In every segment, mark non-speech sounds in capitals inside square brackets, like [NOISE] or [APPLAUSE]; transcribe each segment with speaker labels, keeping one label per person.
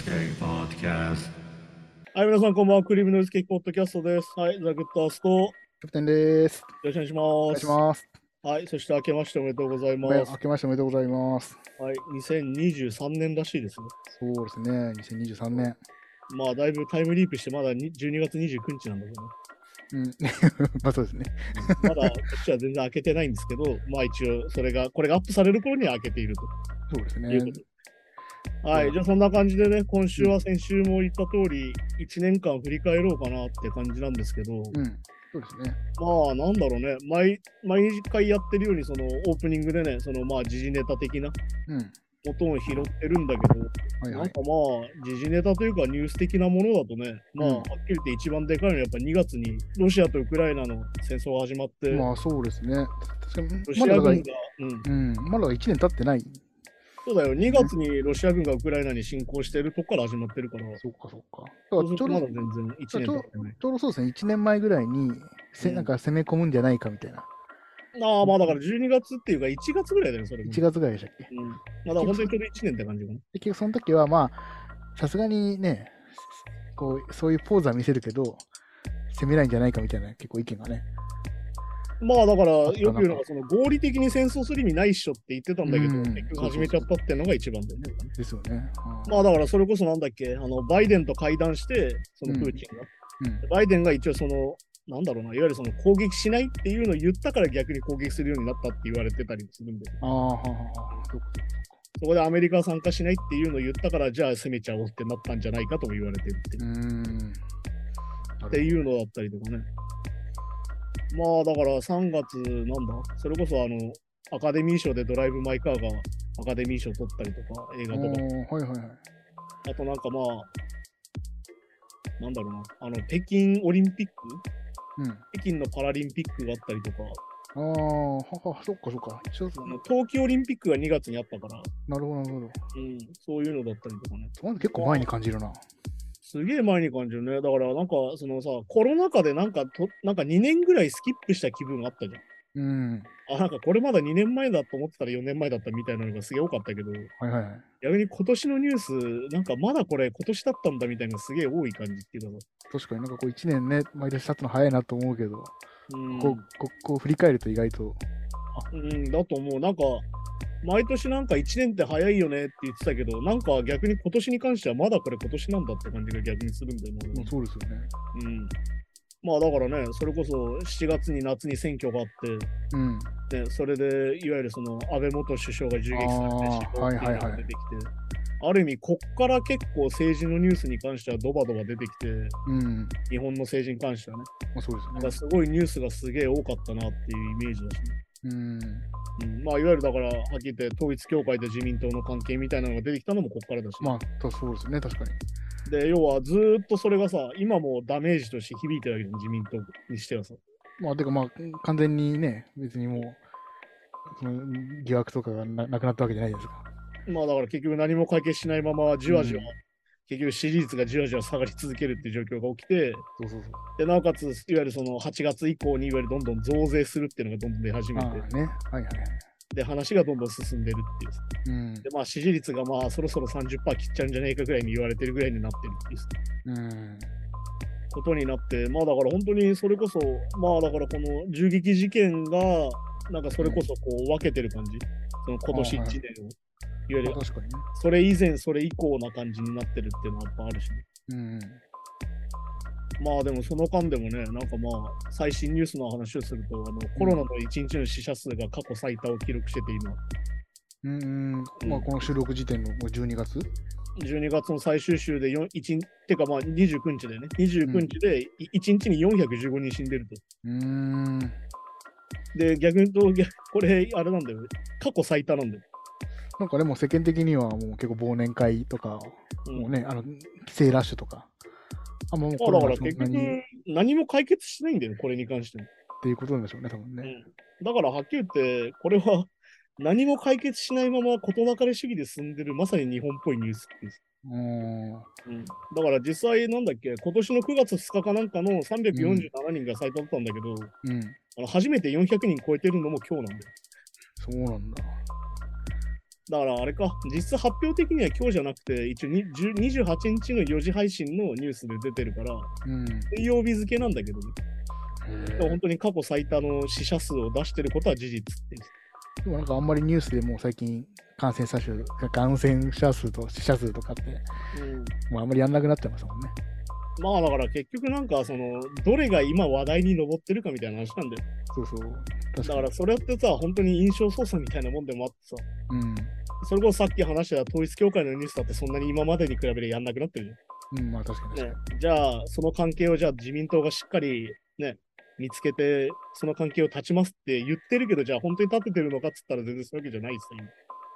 Speaker 1: Skate Podcast.
Speaker 2: はい、皆さん、こんばんは。クリームノイズケーキポッドキャストです。はい、ザ・グッドアースト、よ
Speaker 3: キャプテンです。
Speaker 2: ろしくお願いし
Speaker 3: お願
Speaker 2: ま
Speaker 3: いし
Speaker 2: す。
Speaker 3: ます。
Speaker 2: はい、そして明けましておめでとうございま
Speaker 3: ごめん
Speaker 2: す。
Speaker 3: 明けましておめでとうございます。
Speaker 2: はい、2023年らしいですね。
Speaker 3: そうですね、2023年。
Speaker 2: まあ、だいぶタイムリープして、まだに12月29日なんだけ
Speaker 3: うん、 [LAUGHS] まあそうですね。
Speaker 2: ど、ね、まだこっちは全然明けてないんですけど、 [LAUGHS] まあ一応、それが、これがアップされる頃には明けている
Speaker 3: そうです
Speaker 2: というこ
Speaker 3: ね
Speaker 2: と。で。はい、じゃあそんな感じでね、今週は先週も言った通り、1年間振り返ろうかなって感じなんですけど、
Speaker 3: うん、そうですね。
Speaker 2: まあなんだろうね毎毎回やってるようにそのオープニングでねそのまあ時事ネタ的な
Speaker 3: うん、
Speaker 2: 音を拾ってるんだけど、
Speaker 3: はい
Speaker 2: な
Speaker 3: は
Speaker 2: ん
Speaker 3: い。
Speaker 2: かまあ時事ネタというかニュース的なものだとね、まあ
Speaker 3: うん
Speaker 2: はっきり言って一番でかいのはやっぱ2月にロシアとウクライナの戦争が始まって、
Speaker 3: まあそうですね。確か
Speaker 2: ロ
Speaker 3: に
Speaker 2: シ
Speaker 3: ま
Speaker 2: ア
Speaker 3: だ
Speaker 2: 軍
Speaker 3: だ
Speaker 2: が、
Speaker 3: から
Speaker 2: うん、
Speaker 3: うん、まだ1年経ってない。
Speaker 2: そうだよ2月にロシア軍がウクライナに侵攻してるとこから始まってるから
Speaker 3: そうかそうか。
Speaker 2: そ
Speaker 3: だ
Speaker 2: う
Speaker 3: か
Speaker 2: す
Speaker 3: ら
Speaker 2: るとま
Speaker 3: ちょうど
Speaker 2: だ全然1年経ってない
Speaker 3: ちょうどそうですね、1年前ぐらいに、せ
Speaker 2: うん
Speaker 3: なんか攻め込むんじゃないかみたいな。
Speaker 2: ああまあだから12月っていうか1月ぐらいだよねそれも
Speaker 3: 1月ぐらいでしたっけ。
Speaker 2: うん、まあだから本当にちょうど1年って感じかな
Speaker 3: で結局その時はまあ、さすがにね、こう、そういうポーズは見せるけど、攻めないんじゃないかみたいな結構意見がね。
Speaker 2: まあだから
Speaker 3: あっ
Speaker 2: よく
Speaker 3: たな
Speaker 2: 言うのがその合理的に戦争する意味ないっしょって言ってたんだけど、
Speaker 3: うん
Speaker 2: 結局始めちゃったっていうのが一番だよね。
Speaker 3: ですよね。うん
Speaker 2: まあだからそれこそなんだっけあのバイデンと会談してそのプーチンが、
Speaker 3: うん
Speaker 2: バイデンが一応そのなんだろうないわゆるその攻撃しないっていうのを言ったから逆に攻撃するようになったって言われてたりするんで
Speaker 3: ああ、はあはあそうか
Speaker 2: そこでアメリカは参加しないっていうのを言ったからじゃあ攻めちゃおうってなったんじゃないかとも言われてるっていう
Speaker 3: うーん。
Speaker 2: っていうのだったりとかね。まあだから3月なんだ、それこそあのアカデミー賞でドライブ・マイ・カーがアカデミー賞取ったりとか、映
Speaker 3: お
Speaker 2: 画とか、
Speaker 3: ーはいはいはい。
Speaker 2: あとなんかまあ、なんだろうな、あの北京オリンピック、
Speaker 3: うん。
Speaker 2: 北京のパラリンピックがあったりとか、
Speaker 3: ああ、はは、そっかそっか。一緒です
Speaker 2: あの冬季オリンピックが2月にあったから、
Speaker 3: なるほど、なるほど。
Speaker 2: うん、そういうのだったりとかね。
Speaker 3: そういうの結構前に感じるな。
Speaker 2: すげえ前に感じるね。だからなんかそのさ、コロナ禍でなんかと、なんか2年ぐらいスキップした気分あったじゃん。
Speaker 3: うん。
Speaker 2: あ、なんかこれまだ2年前だと思ってたら4年前だったみたいなのがすげえ多かったけど、
Speaker 3: はいはいはい。
Speaker 2: 逆に今年のニュース、なんかまだこれ今年だったんだみたいなのがすげえ多い感じっていうかさ、
Speaker 3: 確かになんかこう1年ね、毎年経つの早いなと思うけど、
Speaker 2: うん、
Speaker 3: こう、こうこう振り返ると意外と。
Speaker 2: うん、だと思う。なんか、毎年なんか1年って早いよねって言ってたけど、なんか逆に今年に関してはまだこれ今年なんだって感じが逆にするんだよね。
Speaker 3: うんそうですよね。
Speaker 2: うん。まあだからね、それこそ7月に夏に選挙があっ
Speaker 3: うん。
Speaker 2: て、でそれでいわゆるその安倍元首相が銃撃されて
Speaker 3: あ
Speaker 2: 死
Speaker 3: ー
Speaker 2: 亡っていうの
Speaker 3: はいはいは
Speaker 2: が
Speaker 3: い
Speaker 2: 出てきて、ある意味、こっから結構政治のニュースに関してはドバドバ出てきて、
Speaker 3: うん。
Speaker 2: 日本の政治に関してはね、
Speaker 3: まあそうですよ
Speaker 2: なんか
Speaker 3: ね。
Speaker 2: すごいニュースがすげえ多かったなっていうイメージだし、ね
Speaker 3: うん。
Speaker 2: うん、まあいわゆるだから、はっきり言って統一教会と自民党の関係みたいなのが出てきたのもこっからだし、
Speaker 3: まあ、たそうですよね、確かに。
Speaker 2: で要はずーっとそれがさ、今もダメージとして響いてるわけじゃん、自民党にしてはさ。
Speaker 3: まあ、てかまあ、完全にね、別にもう、その疑惑とかがななくなったわけじゃないですか。
Speaker 2: まあだから結局何も解決しないままじわじわ、
Speaker 3: うん
Speaker 2: 結局支持率がじわじわ下がり続けるっていう状況が起きて、
Speaker 3: そうそうそう。
Speaker 2: でなおかつ、いわゆるその8月以降にいわゆるどんどん増税するっていうのがどんどん出始め
Speaker 3: あ
Speaker 2: て、
Speaker 3: あね、はいはいはい。
Speaker 2: で話がどんどん進んでるっていう。
Speaker 3: うん。
Speaker 2: でまあ、支持率がまあそろそろ30%切っちゃうんじゃねえかぐらいに言われてるぐらいになってるっていう
Speaker 3: うん。
Speaker 2: ことになって、まあだから本当にそれこそ、まあだからこの銃撃事件が、なんかそれこそこう分けてる感じ、その今年1
Speaker 3: あーはい
Speaker 2: 年を、いわゆる
Speaker 3: まあ確かにね。
Speaker 2: それ以前、それ以降な感じになってるっていうのはやっぱあるし、ね、
Speaker 3: うん。
Speaker 2: まあでもその間でもね、なんかまあ最新ニュースの話をすると、あのコロナの1日の死者数が過去最多を記録してて、今、
Speaker 3: うんうん、まあこの収録時点のもう12月
Speaker 2: 12月の最終週で4、1てかまあ29日でね、29日でい1日に415人死んでると。
Speaker 3: うーん。
Speaker 2: で、逆に言うと、逆これ、あれなんだよね、過去最多なんだよ。
Speaker 3: なんかでも世間的にはもう結構忘年会とか、
Speaker 2: うん
Speaker 3: もうね、あの、帰省ラッシュとか。あ、もう
Speaker 2: ま
Speaker 3: コ
Speaker 2: あだ
Speaker 3: ロ
Speaker 2: か
Speaker 3: ナ
Speaker 2: ら
Speaker 3: はそん
Speaker 2: 結
Speaker 3: な
Speaker 2: 局
Speaker 3: にっ、
Speaker 2: 何も解決しないんだよ、これに関しても。
Speaker 3: ていうことなんでしょうね、多分ね。
Speaker 2: だからはっきり言って、これは何も解決しないまま事なかれ主義で進んでる、まさに日本っぽいニュースっていう
Speaker 3: うーん。
Speaker 2: だから実際、なんだっけ、今年の9月2日かなんかの347人が最多だったんだけど、
Speaker 3: うん。
Speaker 2: あの初めて400人超えてるのも今日なんだよ。
Speaker 3: そうなんだ。
Speaker 2: だからあれか、実質発表的には今日じゃなくて、一応に10 28日の4時配信のニュースで出てるから、
Speaker 3: うん。へ
Speaker 2: 水曜日付なんだけど、ね、
Speaker 3: ー
Speaker 2: でも本当に過去最多の死者数を出してることは事実って。
Speaker 3: でもなんかあんまりニュースでもう最近感染者数、感染者数と死者数とかって、もうあんまりやんなくなっちゃいましたもんね。
Speaker 2: まあだから結局なんかそのどれが今話題に上ってるかみたいな話なんだよ。
Speaker 3: そうそう。確
Speaker 2: だ
Speaker 3: か
Speaker 2: から
Speaker 3: に。
Speaker 2: それってさ本当に印象操作みたいなもんでもあってさ
Speaker 3: うん。
Speaker 2: それこそさっき話した統一教会のニュースだってそんなに今までに比べてやんなくなってるじゃん
Speaker 3: うん、まあ確かに確か
Speaker 2: ね、じゃあ、その関係をじゃあ自民党がしっかり、ね、見つけて、その関係を断ちますって言ってるけど、じゃあ本当に立ててるのかっつったら全然そういうわけじゃないですよ、今
Speaker 3: に。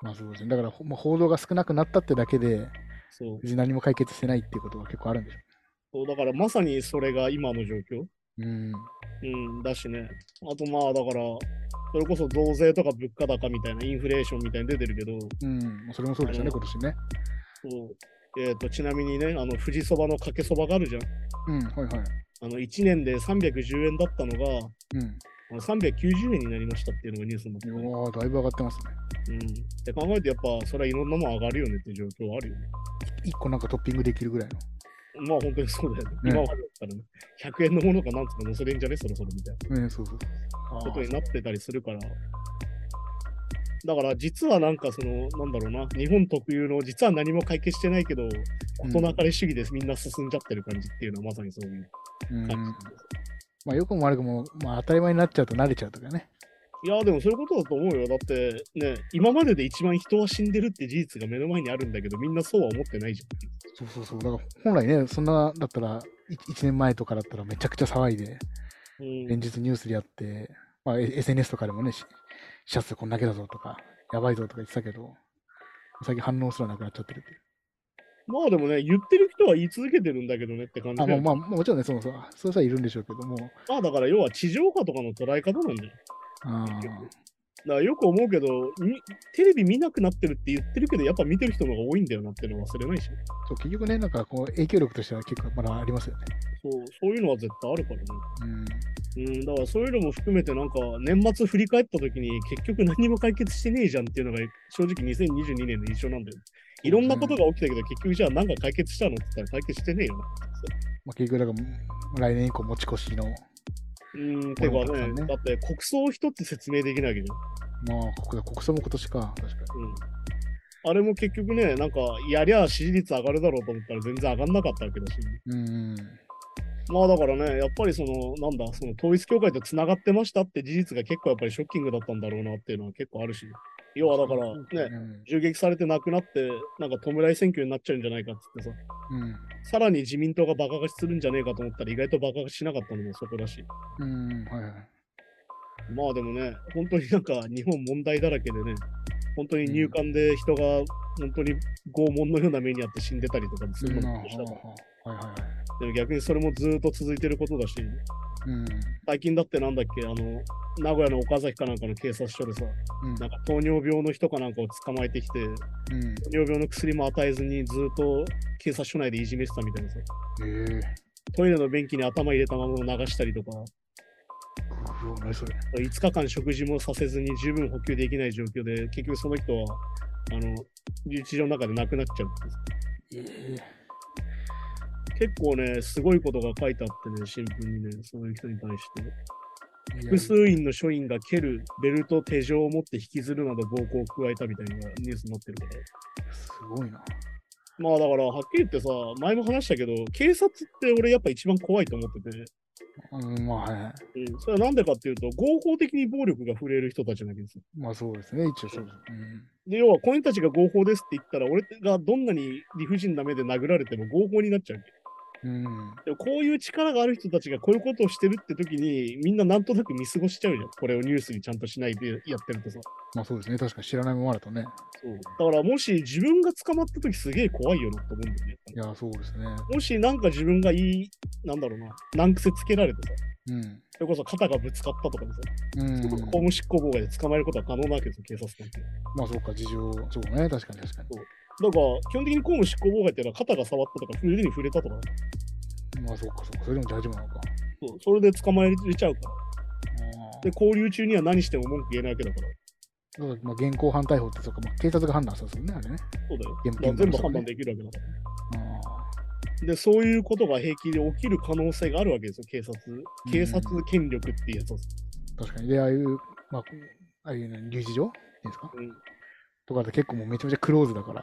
Speaker 3: まあそうですね。だから、ほまあ、報道が少なくなったってだけで、
Speaker 2: そう
Speaker 3: 別に何も解決してないっていうことは結構あるんでしょ
Speaker 2: そうだからまさにそれが今の状況、
Speaker 3: う。うん。
Speaker 2: うん、だしね、あとまあだから、それこそ増税とか物価高みたいな、インフレーションみたいに出てるけど、
Speaker 3: うん。まあそれもそうでしたね、今年ね。
Speaker 2: そうえー、とちなみにね、あの富士そばのかけそばがあるじゃん。
Speaker 3: うん、はいはい。
Speaker 2: あの1年で310円だったのが、
Speaker 3: うん。
Speaker 2: あの390円になりましたっていうのがニュースになってたね
Speaker 3: うわーだいぶ上がってますね。
Speaker 2: うんって考えてやっぱそれはいろんなもん上がるよねっていう状況はあるよね。
Speaker 3: 1個なんかトッピングできるぐらいの。
Speaker 2: まあ本当にそうだよね。
Speaker 3: ね
Speaker 2: 今までだったらね、100円のものかなんつうか載せれんじゃねそろそろみたい
Speaker 3: うん、そうそう
Speaker 2: な
Speaker 3: そ
Speaker 2: こと
Speaker 3: う。
Speaker 2: になってたりするから。だから実はなんかその、なんだろうな、日本特有の実は何も解決してないけど、事なかれ主義ですみんな進んじゃってる感じっていうのはまさにそういう
Speaker 3: うん
Speaker 2: 感じ。
Speaker 3: まあ、よくも悪くも、まあ、当たり前になっちゃうと慣れちゃうとかね。
Speaker 2: いやでもそういうことだと思うよ。だってね、今までで一番人は死んでるって事実が目の前にあるんだけど、みんなそうは思ってないじゃん。
Speaker 3: そうそうそう。だから本来ね、そんなだったら、1年前とかだったらめちゃくちゃ騒いで、
Speaker 2: うん
Speaker 3: 連日ニュースでやって、まあ、え SNS とかでもね、しシャツこんだけだぞとか、やばいぞとか言ってたけど、最近反応すらなくなっちゃってるっていう。
Speaker 2: まあでもね、言ってる人は言い続けてるんだけどねって感じ
Speaker 3: あ
Speaker 2: で、
Speaker 3: まあ
Speaker 2: ま
Speaker 3: まあ、まあもちろんね、そのそうそういう人はいるんでしょうけども、
Speaker 2: あ、だから要は地上波とかの捉え方なんだよ。
Speaker 3: あー
Speaker 2: だからよく思うけど、みテレビ見なくなってるって言ってるけど、やっぱ見てる人の方が多いんだよなっていうのは忘れないし、
Speaker 3: そう結局ね、なんかこう、影響力としては結構まだありますよね。
Speaker 2: そうそういうのは絶対あるからね。
Speaker 3: うん。
Speaker 2: うん、だからそういうのも含めて、なんか年末振り返った時に、結局何も解決してねえじゃんっていうのが正直2022年の印象なんだよ。いろんなことが起きたけど、結局じゃあ何か解決したのって言ったら解決してねえよな。
Speaker 3: まあ、結局、だから、来年以降持ち越しの、
Speaker 2: うん、てか
Speaker 3: そうだ
Speaker 2: ね、
Speaker 3: ね
Speaker 2: だって国葬を人って説明できないわけじゃん。
Speaker 3: まあ、国国葬も今年か、確かに。
Speaker 2: うんあれも結局ね、なんか、やりゃ支持率上がるだろうと思ったら全然上がんなかったわけだし、
Speaker 3: うん。
Speaker 2: まあだからね、やっぱりその、なんだ、その統一教会とつながってましたって事実が結構やっぱりショッキングだったんだろうなっていうのは結構あるし、要はだからね、
Speaker 3: ね。
Speaker 2: 銃撃されて亡くなって、なんか弔い選挙になっちゃうんじゃないかっつってさ、
Speaker 3: うん。
Speaker 2: さらに自民党がバカ勝ちするんじゃねえかと思ったら意外とバカ勝ちしなかったのもそこだし、
Speaker 3: うん、はいはい。
Speaker 2: まあでもね、本当になんか日本問題だらけでね、本当に入管で人が本当に拷問のような目にあって死んでたりとかもす
Speaker 3: う
Speaker 2: る
Speaker 3: ん
Speaker 2: の
Speaker 3: あ
Speaker 2: もしたから
Speaker 3: あはいはいはい。
Speaker 2: でも逆にそれもずっと続いてることだし、
Speaker 3: うん。
Speaker 2: 最近だってなんだっけ、あの、名古屋の岡崎かなんかの警察署でさ、
Speaker 3: うん
Speaker 2: なんか糖尿病の人かなんかを捕まえてきて、
Speaker 3: うん。
Speaker 2: 糖尿病の薬も与えずにずっと警察署内でいじめてたみたいなさ、
Speaker 3: ええ
Speaker 2: トイレの便器に頭入れたまま流したりとか、
Speaker 3: ー。うわ、何それ。
Speaker 2: 5日間食事もさせずに十分補給できない状況で、結局その人は、あの、日常の中で亡くなっちゃうっていう
Speaker 3: え
Speaker 2: 結構ね、すごいことが書いてあってね、新聞にね、そういう人に対して。
Speaker 3: え
Speaker 2: 複数員の署員が蹴る、ベルト、手錠を持って引きずるなど暴行を加えたみたいなニュースになってるから。
Speaker 3: すごいな。
Speaker 2: まあだから、はっきり言ってさ、前も話したけど、警察って俺やっぱ一番怖いと思ってて、
Speaker 3: うん、まあ、はいはい。
Speaker 2: うん、それはなんでかっていうと、合法的に暴力が触れる人たちなわけですよ。
Speaker 3: まあそうですね、一応そうです。うん。
Speaker 2: で、要は、この人たちが合法ですって言ったら、俺がどんなに理不尽な目で殴られても合法になっちゃうわけ。
Speaker 3: うん、
Speaker 2: でも、こういう力がある人たちがこういうことをしてるって時に、みんななんとなく見過ごしちゃうじゃん。これをニュースにちゃんとしないでやってるとさ。
Speaker 3: まあそうですね、確かに知らないままだとね。
Speaker 2: だから、もし自分が捕まった時すげえ怖いよなと思うんだよね。
Speaker 3: いや、そうですね。
Speaker 2: もしなんか自分がいい、なんだろうな、難癖つけられてさ、
Speaker 3: うん。
Speaker 2: それこそ肩がぶつかったとかでさ、
Speaker 3: うん。
Speaker 2: 公務執行妨害で捕まえることは可能なわけですよ、警察官って。
Speaker 3: まあそうか、事情、そうね、確かに確か
Speaker 2: だから、基本的に公務執行妨害っていうのは肩が触ったとか、腕に触れたとか、
Speaker 3: に。まあそうか、そうか、それでも大丈夫なのか。
Speaker 2: そうそれで捕まえれちゃうから。
Speaker 3: ああ
Speaker 2: で、。交流中には何しても文句言えないわけだから。
Speaker 3: そうまあ、現行犯逮捕ってそうか、まあ、警察が判断したんですよね、あれね。
Speaker 2: そうだよ。
Speaker 3: 現
Speaker 2: まあ、
Speaker 3: 現
Speaker 2: 全部
Speaker 3: 場
Speaker 2: 判断
Speaker 3: の人がね
Speaker 2: できるわけだから。
Speaker 3: あ
Speaker 2: で、そういうことが平気で起きる可能性があるわけですよ、警察。警察権力っていうやつを。
Speaker 3: ー確かに。で、ああいう、まあ、ああいうの留置場っていうんですか
Speaker 2: うん。い
Speaker 3: とかって結構もうめちゃめちゃクローズだから、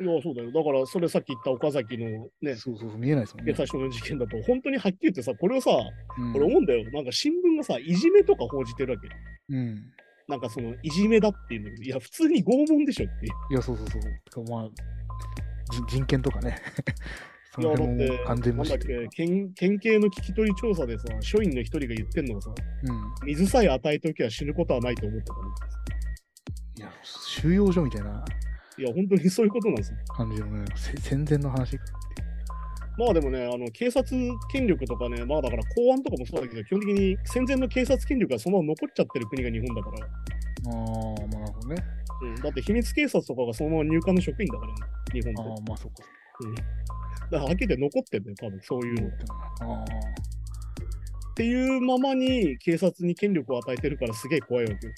Speaker 2: や、そうだよ。だから、それさっき言った岡崎のね、
Speaker 3: そうそうそう、見えないですもん
Speaker 2: 警
Speaker 3: ね。
Speaker 2: 察署の事件だと、本当にはっきり言ってさ、これをさ、
Speaker 3: うん、
Speaker 2: 俺思うんだよ。なんか新聞がさ、いじめとか報じてるわけ。
Speaker 3: うん。
Speaker 2: なんかその、いじめだっていうんだけど、いや、普通に拷問でしょっていう。
Speaker 3: いや、そうそうそう。てかまあ、人人権とかね。 [LAUGHS] そ
Speaker 2: いや、
Speaker 3: の
Speaker 2: だ
Speaker 3: 辺
Speaker 2: っ
Speaker 3: も
Speaker 2: て、
Speaker 3: 完全無視
Speaker 2: なん
Speaker 3: と
Speaker 2: だっ
Speaker 3: いうか。
Speaker 2: け県、県警の聞き取り調査でさ、署員の一人が言ってんのがさ、
Speaker 3: うん。
Speaker 2: 水さえ与えときは死ぬことはないと思ってたの
Speaker 3: いや、収容所みたいない
Speaker 2: や、本当にそういうことなんですよ。
Speaker 3: 感じのね、せ戦前の話。
Speaker 2: まあでもね、あの警察権力とかね、まあだから公安とかもそうだけど、基本的に戦前の警察権力がそのまま残っちゃってる国が日本だから、
Speaker 3: ああ、まあ、なるほどね。
Speaker 2: うん、だって秘密警察とかがそのまま入管の職員だからね、日本
Speaker 3: あ
Speaker 2: って。
Speaker 3: あ、まあ、そっかそっか。
Speaker 2: だからはっきり言って残ってんだよ、多分そういうの。っ
Speaker 3: ああ。
Speaker 2: ていうままに警察に権力を与えてるからすげえ怖いわけよ。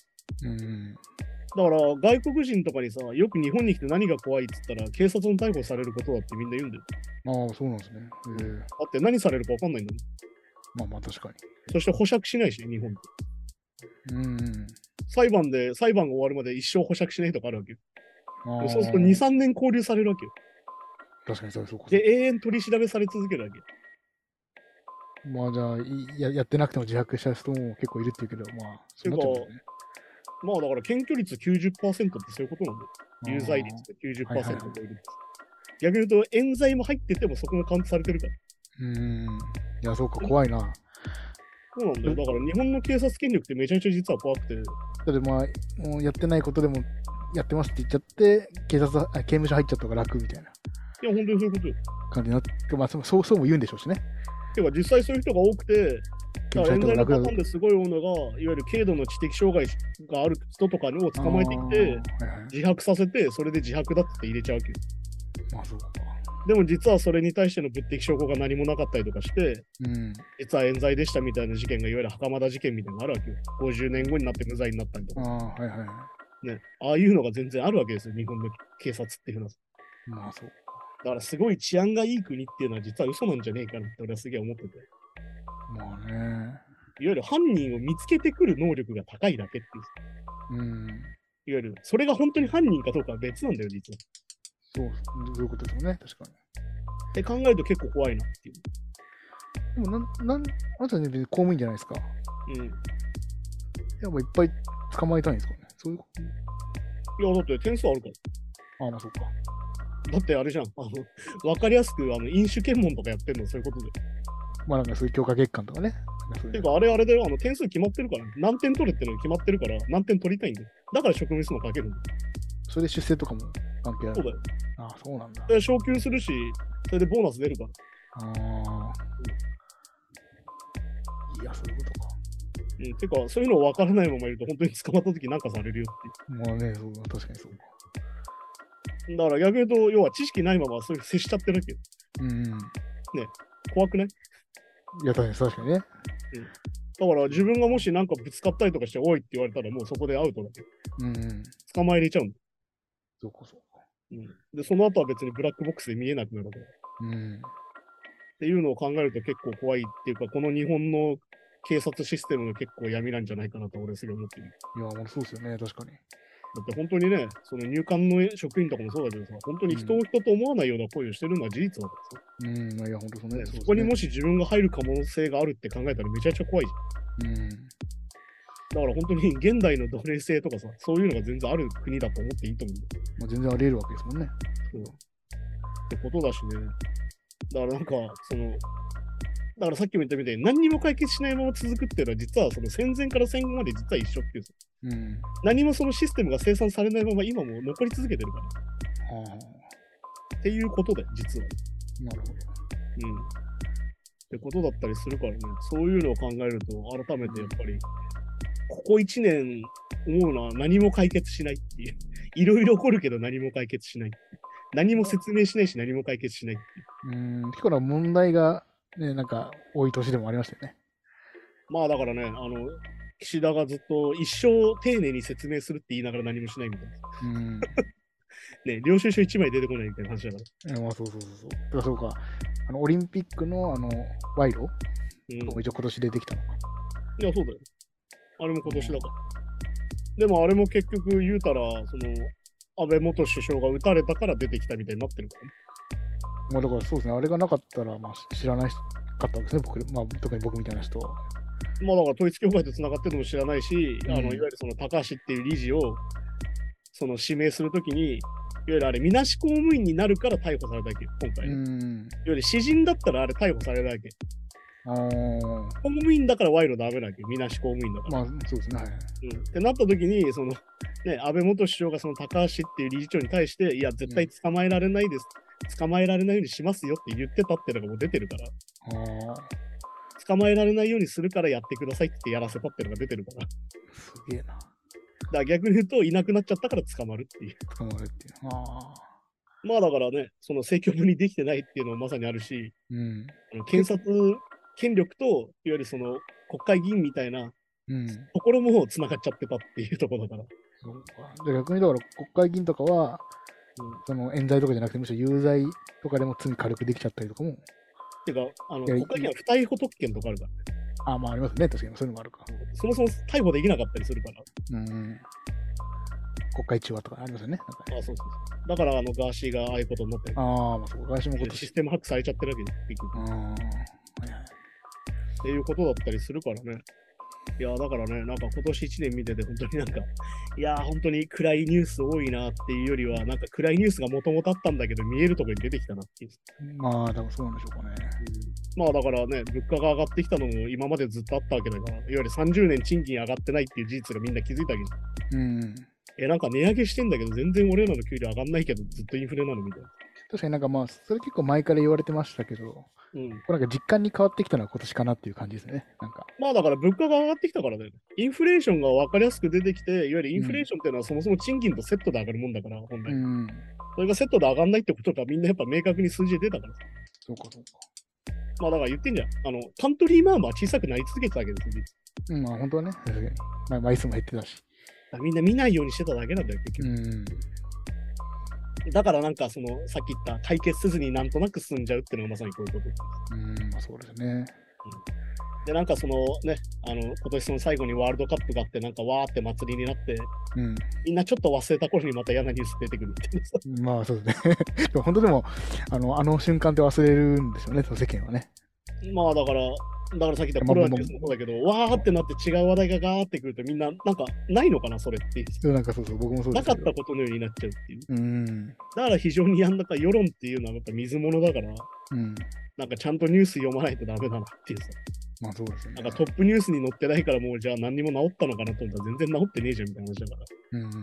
Speaker 3: うん。
Speaker 2: だから外国人とかにさ、よく日本に来て何が怖いっつったら、警察に逮捕されることだってみんな言うんだよ。
Speaker 3: ああ、そうなんですね。ええ
Speaker 2: だって何されるか分かんないんだもん。
Speaker 3: まあまあ、確か
Speaker 2: そして保釈しないし、日本って。
Speaker 3: に。うんうん。
Speaker 2: 裁判で、裁判が終わるまで一生保釈しないとかあるわけよ。
Speaker 3: ああ
Speaker 2: そうすると2、3年拘留されるわけよ。
Speaker 3: 確かにそうそうか。
Speaker 2: で、永遠取り調べされ続けるわけよ。
Speaker 3: まあ、じゃあいや、やってなくても自白した人も結構いるっていうけど、まあ、そうなっちゃうんですね。
Speaker 2: まあだから検挙率90%ってそういうことなんだよ。有罪率って90%超
Speaker 3: はい
Speaker 2: え
Speaker 3: はい
Speaker 2: る
Speaker 3: はい
Speaker 2: んです。逆に言うと、冤罪も入っててもそこがカウントされてるから。
Speaker 3: ああうん。いや、そうか、怖いな。
Speaker 2: そうなんだよ。だから日本の警察権力ってめちゃめちゃ実は怖くて、
Speaker 3: だってまあ、もうやってないことでも、やってますって言っちゃって、警察は、あ刑務所入っちゃった方が楽みたいない
Speaker 2: や、本当にそういうことよ。
Speaker 3: 感じになって、まあ、そうそうそうも言うんでしょうしね。
Speaker 2: てか、実際そういう人が多くて、
Speaker 3: 刑
Speaker 2: だ
Speaker 3: 務
Speaker 2: から
Speaker 3: 所入
Speaker 2: 冤罪の
Speaker 3: った方が
Speaker 2: パ
Speaker 3: 楽
Speaker 2: タ
Speaker 3: だぞ
Speaker 2: ーンですごい多いのが、いわゆる軽度の知的障害がある人とかを捕まえてきて、
Speaker 3: あーはいはい、
Speaker 2: 自白させて、それで自白だって入れちゃうわけよ。
Speaker 3: まあ、そうか。
Speaker 2: でも実はそれに対しての物的証拠が何もなかったりとかして、
Speaker 3: うん。
Speaker 2: 実は冤罪でしたみたいな事件がいわゆる袴田事件みたいなのがあるわけよ。50年後になって無罪になったりと
Speaker 3: あ
Speaker 2: か、
Speaker 3: あ、はいはい。
Speaker 2: ね、ああいうのが全然あるわけですよ、日本の警察っていうのは。
Speaker 3: まあ、そう。
Speaker 2: だからすごい治安がいい国っていうのは実は嘘なんじゃねえかなって俺はすげえ思ってて。
Speaker 3: まあ
Speaker 2: い
Speaker 3: ね。
Speaker 2: わゆる犯人を見つけてくる能力が高いだけっていう。
Speaker 3: うん。
Speaker 2: いわゆる、それが本当に犯人かどうかは別なんだよ、実は。
Speaker 3: そう、そういうことですよね、確かに。
Speaker 2: って考えると結構怖いなってい
Speaker 3: でもなん、なん、あなたね、別に公務員じゃないですか。
Speaker 2: う。うん。
Speaker 3: やっぱいっぱい捕まえたいんですかね。そういうこ
Speaker 2: いや、だって点数あるから。
Speaker 3: と。ああ、まあ、そうか。
Speaker 2: だってあれじゃん。あの、わかりやすく、あの、飲酒検問とかやってんの、そういうことで。
Speaker 3: まあ、なんかそういう強化月間とかね。なんかそう
Speaker 2: てい
Speaker 3: い
Speaker 2: ううか、あれあれだよ、あの点数決まってるから、何点取れってのが決まってるから、何点取りたいんだよ。だから職務質問かけるんだよ。
Speaker 3: それで出世とかも関係あ
Speaker 2: そう
Speaker 3: る。
Speaker 2: だよ。
Speaker 3: ああ、そうなんだ。
Speaker 2: で、昇給するし、それでボーナス出るから。
Speaker 3: ああ。いや、そういうことか。
Speaker 2: うん、てか、そういうの分からないままいると、本当に捕まった時なんかされるよっ
Speaker 3: まあね、そうだ、確かにそうか。
Speaker 2: ていう。だから逆に言うと、要は知識ないまま、そういう接しちゃってるわけよ。
Speaker 3: うん。い
Speaker 2: 怖くない
Speaker 3: や、確かに、確かにね。
Speaker 2: だから自分がもしなんかぶつかったりとかして、おいって言われたら、もうそこでアウトだけど。
Speaker 3: うん。
Speaker 2: 捕まえれちゃうんだよ。
Speaker 3: そうか、そうか。
Speaker 2: うん、で、その後は別にブラックボックスで見えなくなるから。
Speaker 3: うん。
Speaker 2: っていうのを考えると結構怖いっていうか、この日本の警察システムが結構闇なんじゃないかなと俺すごい思ってる。
Speaker 3: いや、もうそうですよね、確かに。
Speaker 2: だって本当にね、その入管の職員とかもそうだけどさ、本当に人を人と思わないような行為をしてるのは事実だからさ、
Speaker 3: うん、いや、本当そうね。
Speaker 2: ね
Speaker 3: うですね
Speaker 2: そこにもし自分が入る可能性があるって考えたらめちゃくちゃ怖いじゃん。
Speaker 3: うん。
Speaker 2: だから本当に現代の奴隷制とかさ、そういうのが全然ある国だと思っていいと思うんだよ
Speaker 3: まあ、全然あり得るわけですもんね。
Speaker 2: ってことだしね。だからなんか、その、だからさっきも言ったみたいに何にも解決しないまま続くっていうのは実はその戦前から戦後まで実は一緒っていうさ
Speaker 3: うん。
Speaker 2: 何もそのシステムが生産されないまま今も残り続けてるから
Speaker 3: はあ、
Speaker 2: っていうことで実は。
Speaker 3: なるほど。
Speaker 2: うん。ってことだったりするからね、そういうのを考えると改めてやっぱり、ここ1年思うのは何も解決しないっていう。いろいろ起こるけど何も解決しない。何も説明しないし何も解決しない。
Speaker 3: うん、結構な問題が、ね、なんか多い年でもありましたよね。
Speaker 2: まあだからね、あの、岸田がずっと一生丁寧に説明するって言いながら何もしないみたいな。
Speaker 3: うん。
Speaker 2: ね、領収書一枚出てこないみたいな話だから。
Speaker 3: えまあ、そうそうそうそう。だからそうか、あの、オリンピックの、あの、賄賂
Speaker 2: うん、い
Speaker 3: も一応今年出てきたのか。
Speaker 2: や、そうだよ。あれも今年だから。でもあれも結局言うたら、その、安倍元首相が撃たれたから出てきたみたいになってるからね。
Speaker 3: まあ、だからそうですね、あれがなかったら、まあ、知らない人かったわけですね、僕、まあ、特に僕みたいな人は。
Speaker 2: まあだから統一教会とつながってるのも知らないし、
Speaker 3: うん
Speaker 2: あのいわゆるその高橋っていう理事をその指名するときに、いわゆるあれ、みなし公務員になるから逮捕されたわけよ、今
Speaker 3: う
Speaker 2: 回ね。いわ
Speaker 3: ん。
Speaker 2: ゆる詩人だったらあれ逮捕されないわけ。
Speaker 3: あー
Speaker 2: 公務員だから賄賂ダメなわけよ、みなし公務員だから。
Speaker 3: まあ、そうですね、はい。
Speaker 2: うんってなった時にその、ね、安倍元首相がその高橋っていう理事長に対して、いや、絶対捕まえられないです、捕まえられないようにしますよって言ってたってのがもう出てるから、
Speaker 3: あー
Speaker 2: 捕まえられないようにするからやってくださいってやらせたってのが出てるから、だか
Speaker 3: すげえな。
Speaker 2: ら逆に言うと、いなくなっちゃったから捕まるっていう。
Speaker 3: 捕まるっていう。ああ。
Speaker 2: まあだからね、その政局にできてないっていうのもまさにあるし、
Speaker 3: うん。
Speaker 2: あの検察権力と、いわゆるその国会議員みたいな
Speaker 3: うん。
Speaker 2: ところもつながっちゃってたっていうところだから。
Speaker 3: そうか。じゃあ逆にだから国会議員とかは、
Speaker 2: うん
Speaker 3: その冤罪とかじゃなくて、むしろ有罪とかでも罪軽くできちゃったりとかも、
Speaker 2: てか、あの
Speaker 3: いや
Speaker 2: 国会議員は不逮捕特権とかあるから。
Speaker 3: あまあありますね、確かにそういうのもあるか。
Speaker 2: そもそも逮捕できなかったりするから。
Speaker 3: うん。国会中はとかありますよね。なんかね
Speaker 2: あそうそうそうだからあのガーシーがああいうことになったり、
Speaker 3: ああ、まあそうか。外資も今
Speaker 2: シ
Speaker 3: 年。
Speaker 2: ステムハックされちゃってるわけで、結
Speaker 3: う
Speaker 2: 局
Speaker 3: ん。はいはい
Speaker 2: っていうことだったりするからね。いや、だからね、なんか今年1年見てて、本当になんか、 [LAUGHS] いやー、本当に暗いニュース多いなっていうよりは、なんか暗いニュースがもともとあったんだけど、見えるところに出てきたなっていう。
Speaker 3: まあ、多分そうなんでしょうかね。
Speaker 2: まあだからね、物価が上がってきたのも今までずっとあったわけだから、いわゆる30年賃金上がってないっていう事実がみんな気づいたわけじゃん
Speaker 3: うん。
Speaker 2: え、なんか値上げしてんだけど、全然俺らの給料上がんないけど、ずっとインフレなのみたいな。
Speaker 3: 確かになんかまあ、それ結構前から言われてましたけど、
Speaker 2: うん。
Speaker 3: これなんか実感に変わってきたのは今年かなっていう感じですね。なんか。
Speaker 2: まあだから物価が上がってきたからだよね。インフレーションが分かりやすく出てきて、いわゆるインフレーションっていうのはそもそも賃金とセットで上がるもんだから、本来。
Speaker 3: うん。
Speaker 2: それがセットで上がんないってことがみんなやっぱ明確に数字で出たから。
Speaker 3: そうかそうか。
Speaker 2: まあだから言ってんじゃん。あの、カントリーマームは小さくなり続けてたわけですよ、実
Speaker 3: うん、まあ本当はね、確かにまあ枚数も減ってたし。
Speaker 2: はみんな見ないようにしてただけなんだよ、結
Speaker 3: う
Speaker 2: 局。
Speaker 3: ん。
Speaker 2: だからなんかその、さっき言った解決せずになんとなく進んじゃうっていうのがまさにこういうこと。
Speaker 3: うん、まあそうですね。
Speaker 2: で、なんかそのね、あの、今年その最後にワールドカップがあって、なんかわーって祭りになって、
Speaker 3: うん。
Speaker 2: みんなちょっと忘れた頃にまた嫌なニュース出てくるみたいなさ。 [LAUGHS]
Speaker 3: まあそうですね。 [LAUGHS] でも本当でも、あの、あの瞬間って忘れるんですよね、その世間はね。
Speaker 2: まあだから、だからさっき言ったコロナニュースもそうだけど、わーってなって違う話題がガーってくると、みんな、なんか、ないのかな、それっていう。
Speaker 3: でもなんかそうそう、僕もそうで
Speaker 2: な
Speaker 3: す
Speaker 2: か
Speaker 3: け
Speaker 2: っ
Speaker 3: ど。
Speaker 2: たことのようになっちゃうっていう。
Speaker 3: うん。
Speaker 2: だから非常にやんなか、世論っていうのはやっぱ水物だから、
Speaker 3: うん。
Speaker 2: なんかちゃんとニュース読まないとダメだなっていうさ。
Speaker 3: まあそうですよ
Speaker 2: な
Speaker 3: ね。
Speaker 2: んかトップニュースに載ってないから、もうじゃあ何にも治ったのかなと思ったら全然治ってねえじゃんみたいな話だから。
Speaker 3: うんうん。
Speaker 2: っ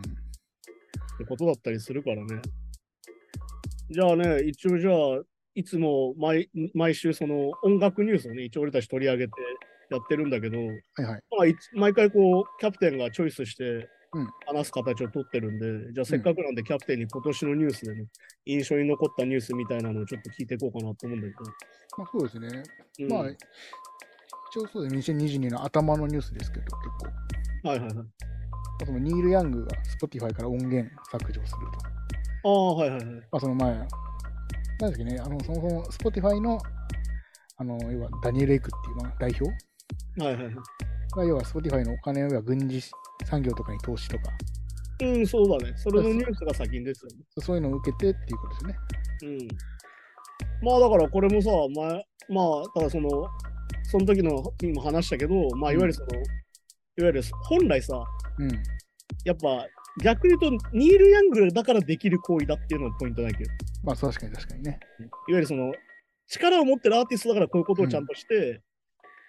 Speaker 2: てことだったりするからね。じゃあね、一応じゃあ、いつも毎毎週その音楽ニュースをね、一応俺たち取り上げてやってるんだけど、
Speaker 3: はいはい。
Speaker 2: まあ、いつ毎回こう、キャプテンがチョイスして
Speaker 3: うん、
Speaker 2: 話す形を取ってるんで、じゃあせっかくなんでキャプテンに今年のニュースでね、印象に残ったニュースみたいなのをちょっと聞いていこうかなと思うんだけ
Speaker 3: まあそうですね。
Speaker 2: ど。うん
Speaker 3: まあ、一応そうですね、2022の頭のニュースですけど、結構。ま
Speaker 2: はいはいはい。
Speaker 3: あ、そのニール・ヤングが Spotify から音源削除すると。
Speaker 2: ああ、はいはいはい。
Speaker 3: まあ、その前、なんだっけね、あの、そもそも Spotify の、あの、要はダニエル・エイクっていう、まあ、代表
Speaker 2: はいはいはい。
Speaker 3: が、要は Spotify のお金を要は軍事産業とかに投資とか、
Speaker 2: うん、そうだね。それのニュースが先に出てたよね。
Speaker 3: そういうのを受けてっていうことですよね。
Speaker 2: うん。まあだからこれもさ、まあ、まあ、ただその、その時のにも話したけど、まあいわゆるその、いわゆる本来さ、
Speaker 3: うん。
Speaker 2: やっぱ逆に言うと、ニール・ヤングだからできる行為だっていうのもポイントだけど、いわ
Speaker 3: まあ、確かに確かにね。
Speaker 2: ゆるその、力を持ってるアーティストだからこういうことをちゃんとして、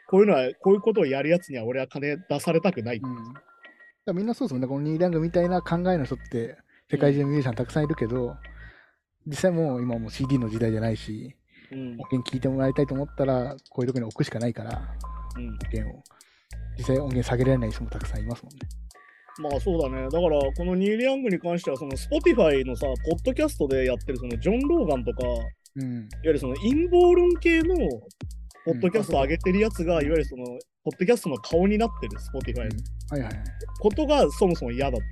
Speaker 2: こういうのは、こういうことをやるやつには俺は金出されたくない。
Speaker 3: うん。だからみんなそうですもんね。このニーラングみたいな考えの人って、世界中のミュージシャンたくさんいるけど、実際もう今もう CD の時代じゃないし、
Speaker 2: うん
Speaker 3: 音源聞いてもらいたいと思ったら、こういうとこに置くしかないから、
Speaker 2: うん
Speaker 3: 音源を。実際音源下げられない人もたくさんいますもんね。
Speaker 2: まあそうだね。だから、このニール・ヤングに関しては、その Spotify のさ、ポッドキャストでやってる、そのジョン・ローガンとか、
Speaker 3: うん。
Speaker 2: いわゆるその陰謀論系のポッドキャスト上げてるやつが、いわゆるその、ポッドキャストの顔になってる、Spotify の
Speaker 3: はいはいはい。
Speaker 2: ことがそもそも嫌だと。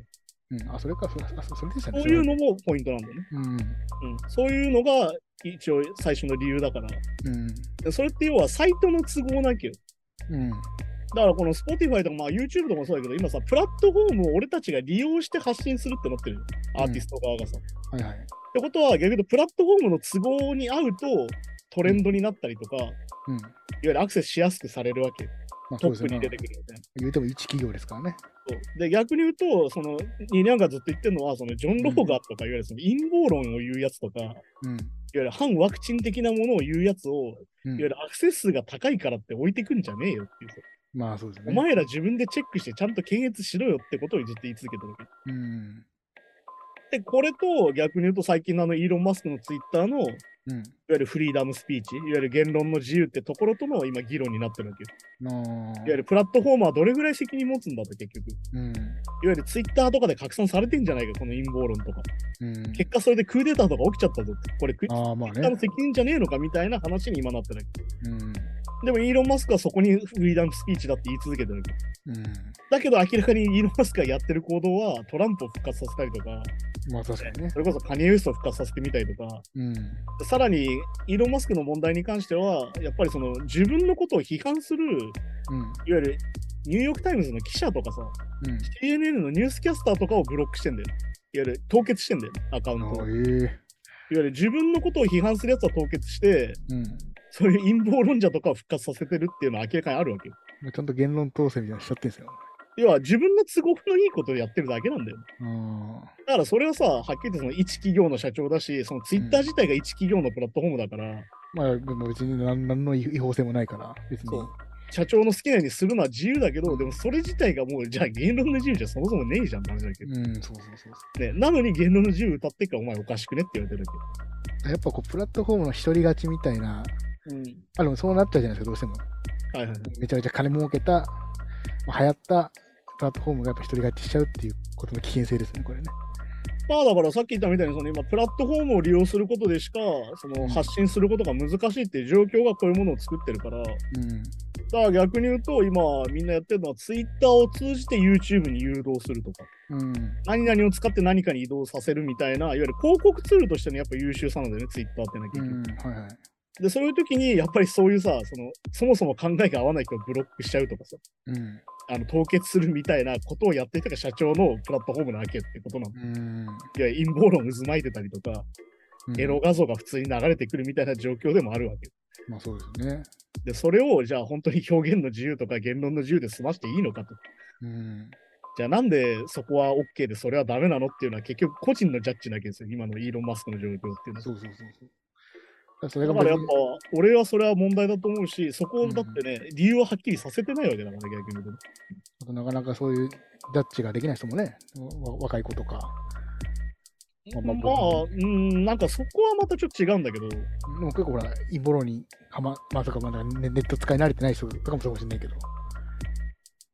Speaker 3: うん、あ、それか、そあそそれでしたね。
Speaker 2: そういうのもポイントなんだよね。
Speaker 3: うん。
Speaker 2: うん、そういうのが一応最初の理由だから。
Speaker 3: うん。
Speaker 2: でそれって要はサイトの都合なわけよ。
Speaker 3: うん。
Speaker 2: だからこの Spotify とかまあ YouTube とかもそうだけど、今さ、プラットフォームを俺たちが利用して発信するってなってるよアーティスト側がさ。っ
Speaker 3: はいはい。
Speaker 2: てことは逆に言うと、プラットフォームの都合に合うとトレンドになったりとか、いわ
Speaker 3: うん。
Speaker 2: ゆるアクセスしやすくされるわけよ。
Speaker 3: まあ、
Speaker 2: ト
Speaker 3: そうで
Speaker 2: ッ
Speaker 3: す
Speaker 2: プ
Speaker 3: よね
Speaker 2: に出てくるみたいな。
Speaker 3: 言うても一企業ですからね。
Speaker 2: そうで逆に言うと、その、ニニャンがずっと言ってるのは、そのジョン・ローガーとか、いわゆるその陰謀論を言うやつとか、いわ
Speaker 3: うん。
Speaker 2: ゆる反ワクチン的なものを言うやつを、
Speaker 3: う
Speaker 2: いわ
Speaker 3: ん
Speaker 2: ゆ、るアクセス数が高いからって置いてくんじゃねえよっていう。
Speaker 3: まあそうです
Speaker 2: お
Speaker 3: ね。
Speaker 2: 前ら自分でチェックしてちゃんと検閲しろよってことをずっと言い続けてるわけ。
Speaker 3: うん。
Speaker 2: で、これと逆に言うと最近のあのイーロン・マスクのツイッターのいわ
Speaker 3: うん。
Speaker 2: ゆるフリーダムスピーチ、いわゆる言論の自由ってところとの今議論になってるわけよ。
Speaker 3: の
Speaker 2: いわゆるプラットフォームはどれぐらい責任持つんだと結局。い
Speaker 3: うん。
Speaker 2: わゆるツイッターとかで拡散されてんじゃないか、この陰謀論とか。
Speaker 3: うん。
Speaker 2: 結果それでクーデターとか起きちゃったぞって。これクーデ
Speaker 3: ああ、まあ
Speaker 2: ターの
Speaker 3: ね。
Speaker 2: 責任じゃねえのかみたいな話に今なってるわけ。
Speaker 3: うん。
Speaker 2: でもイーロン・マスクはそこにフリーダムスピーチだって言い続けてるわけ。
Speaker 3: うん。
Speaker 2: だけど明らかにイーロン・マスクがやってる行動はトランプを復活させたりとか、
Speaker 3: まあ確かにね。
Speaker 2: それこそカニエ・ウエストを復活させてみたりとか、
Speaker 3: うん。
Speaker 2: さらにイーロン・マスクの問題に関しては、やっぱりその自分のことを批判する、いわ
Speaker 3: うん。
Speaker 2: ゆるニューヨーク・タイムズの記者とかさ、
Speaker 3: うん。
Speaker 2: CNN のニュースキャスターとかをブロックしてんだよ。いわゆる凍結してんだよ、アカウントを。い
Speaker 3: あ
Speaker 2: わ
Speaker 3: あ、ええ。
Speaker 2: ゆる自分のことを批判するやつは凍結して、
Speaker 3: うん。
Speaker 2: そういう陰謀論者とかを復活させてるっていうのは明らかにあるわけよ。
Speaker 3: まあちゃんと言論統制みたいなのしちゃってんですよ。
Speaker 2: 要は自分の都合のいいことをやってるだけなんだよ。
Speaker 3: あ
Speaker 2: だからそれはさ、はっきり言ってその一企業の社長だし、そのツイッター
Speaker 3: うん
Speaker 2: 自体が一企業のプラットフォームだから、
Speaker 3: まあ、でも別に何何の違法性もないから、別に。
Speaker 2: そう社長の好きなようにするのは自由だけど、でもそれ自体がもう、じゃあ言論の自由じゃそもそもねえじゃんって話だけど、
Speaker 3: うん、そうそうそうそ
Speaker 2: ね。なのに言論の自由歌ってっからお前おかしくねって言われてるわ
Speaker 3: う。やっぱこう、プラットフォームの独り勝ちみたいな、
Speaker 2: け。うん。
Speaker 3: あ、でもそうなっちゃうじゃないですか、どうしても。
Speaker 2: はいはい。
Speaker 3: めちゃめちゃ金儲けた、まあ流行ったプラットフォームがやっぱ独り勝ちしちゃうっていうことの危険性ですね、これね。
Speaker 2: まあだからさっき言ったみたいに、その今、プラットフォームを利用することでしか、その
Speaker 3: ん
Speaker 2: 発信することが難しいっていう状況がこういうものを作ってるから、だ
Speaker 3: うん。
Speaker 2: から逆に言うと、今みんなやってるのはツイッターを通じて YouTube に誘導するとか。
Speaker 3: うん。
Speaker 2: 何々を使って何かに移動させるみたいな、いわゆる広告ツールとしてのやっぱ優秀さなんだよね、ツイッターってね、
Speaker 3: う
Speaker 2: 結局
Speaker 3: ん。はいはい。
Speaker 2: で、そういう時に、やっぱりそういうさ、その、そもそも考えが合わない人をブロックしちゃうとかさ、
Speaker 3: うん。
Speaker 2: あの、凍結するみたいなことをやっていたが社長のプラットフォームなわけってことなの。
Speaker 3: うん。
Speaker 2: いや、陰謀論渦巻いてたりとか、
Speaker 3: うん
Speaker 2: エロ。画像が普通に流れてくるみたいな状況でもあるわけ。
Speaker 3: まあそうですよね。
Speaker 2: で、それを、じゃあ本当に表現の自由とか言論の自由で済ましていいのかと。
Speaker 3: うん。
Speaker 2: じゃあなんでそこは OK でそれはダメなのっていうのは結局個人のジャッジなわけですよ。今のイーロン・マスクの状況っていうのは。
Speaker 3: そうそうそうそう。だからそれ
Speaker 2: だ
Speaker 3: が
Speaker 2: からやっ
Speaker 3: 別
Speaker 2: ぱ
Speaker 3: に、
Speaker 2: 俺はそれは問題だと思うし、そこをだってね、理由をはっきりさせてないわけだから、逆に言うとね。
Speaker 3: あとなかなかそういうジャッジができない人もね、わ若い子とか。
Speaker 2: まあ、
Speaker 3: まあまあ
Speaker 2: うん、なんかそこはまたちょっと違うんだけど、
Speaker 3: でも結構ほら、陰謀論にはま、まさかまだネネット使い慣れてない人とかもそうかもしれないけど。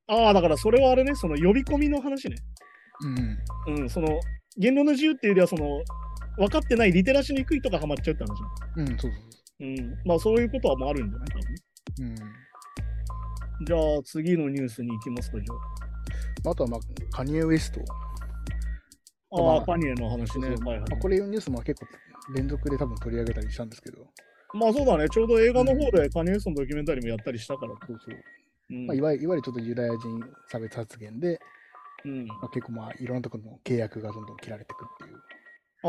Speaker 2: ああ、だからそれはあれね、その呼び込みの話ね。
Speaker 3: うん。
Speaker 2: うん、その言論の自由っていうよりは、その分かってないリテラシーにくいとかハマっちゃうって話ね。
Speaker 3: うん、そうそうそ
Speaker 2: うん、まあそういうことはもうあるんじゃない多
Speaker 3: う。うん。
Speaker 2: 分じゃあ次のニュースに行きますか、じゃ
Speaker 3: あとは、まあ、カニエ・ウエスト。
Speaker 2: あ。ああ、
Speaker 3: まあ
Speaker 2: パニエの話ね
Speaker 3: そう。そう
Speaker 2: はいはい
Speaker 3: まあ、これニュースも結構連続で多分取り上げたりしたんですけど、
Speaker 2: まあそうだね、ちょうど映画の方でカニエソンドキュメンタリーもやったりしたから。
Speaker 3: そうそう
Speaker 2: うん
Speaker 3: まあ、いわゆるいわゆるちょっとユダヤ人差別発言で、
Speaker 2: うん、
Speaker 3: まあ、結構まあいろんなところの契約がどんどん切られていくっていう。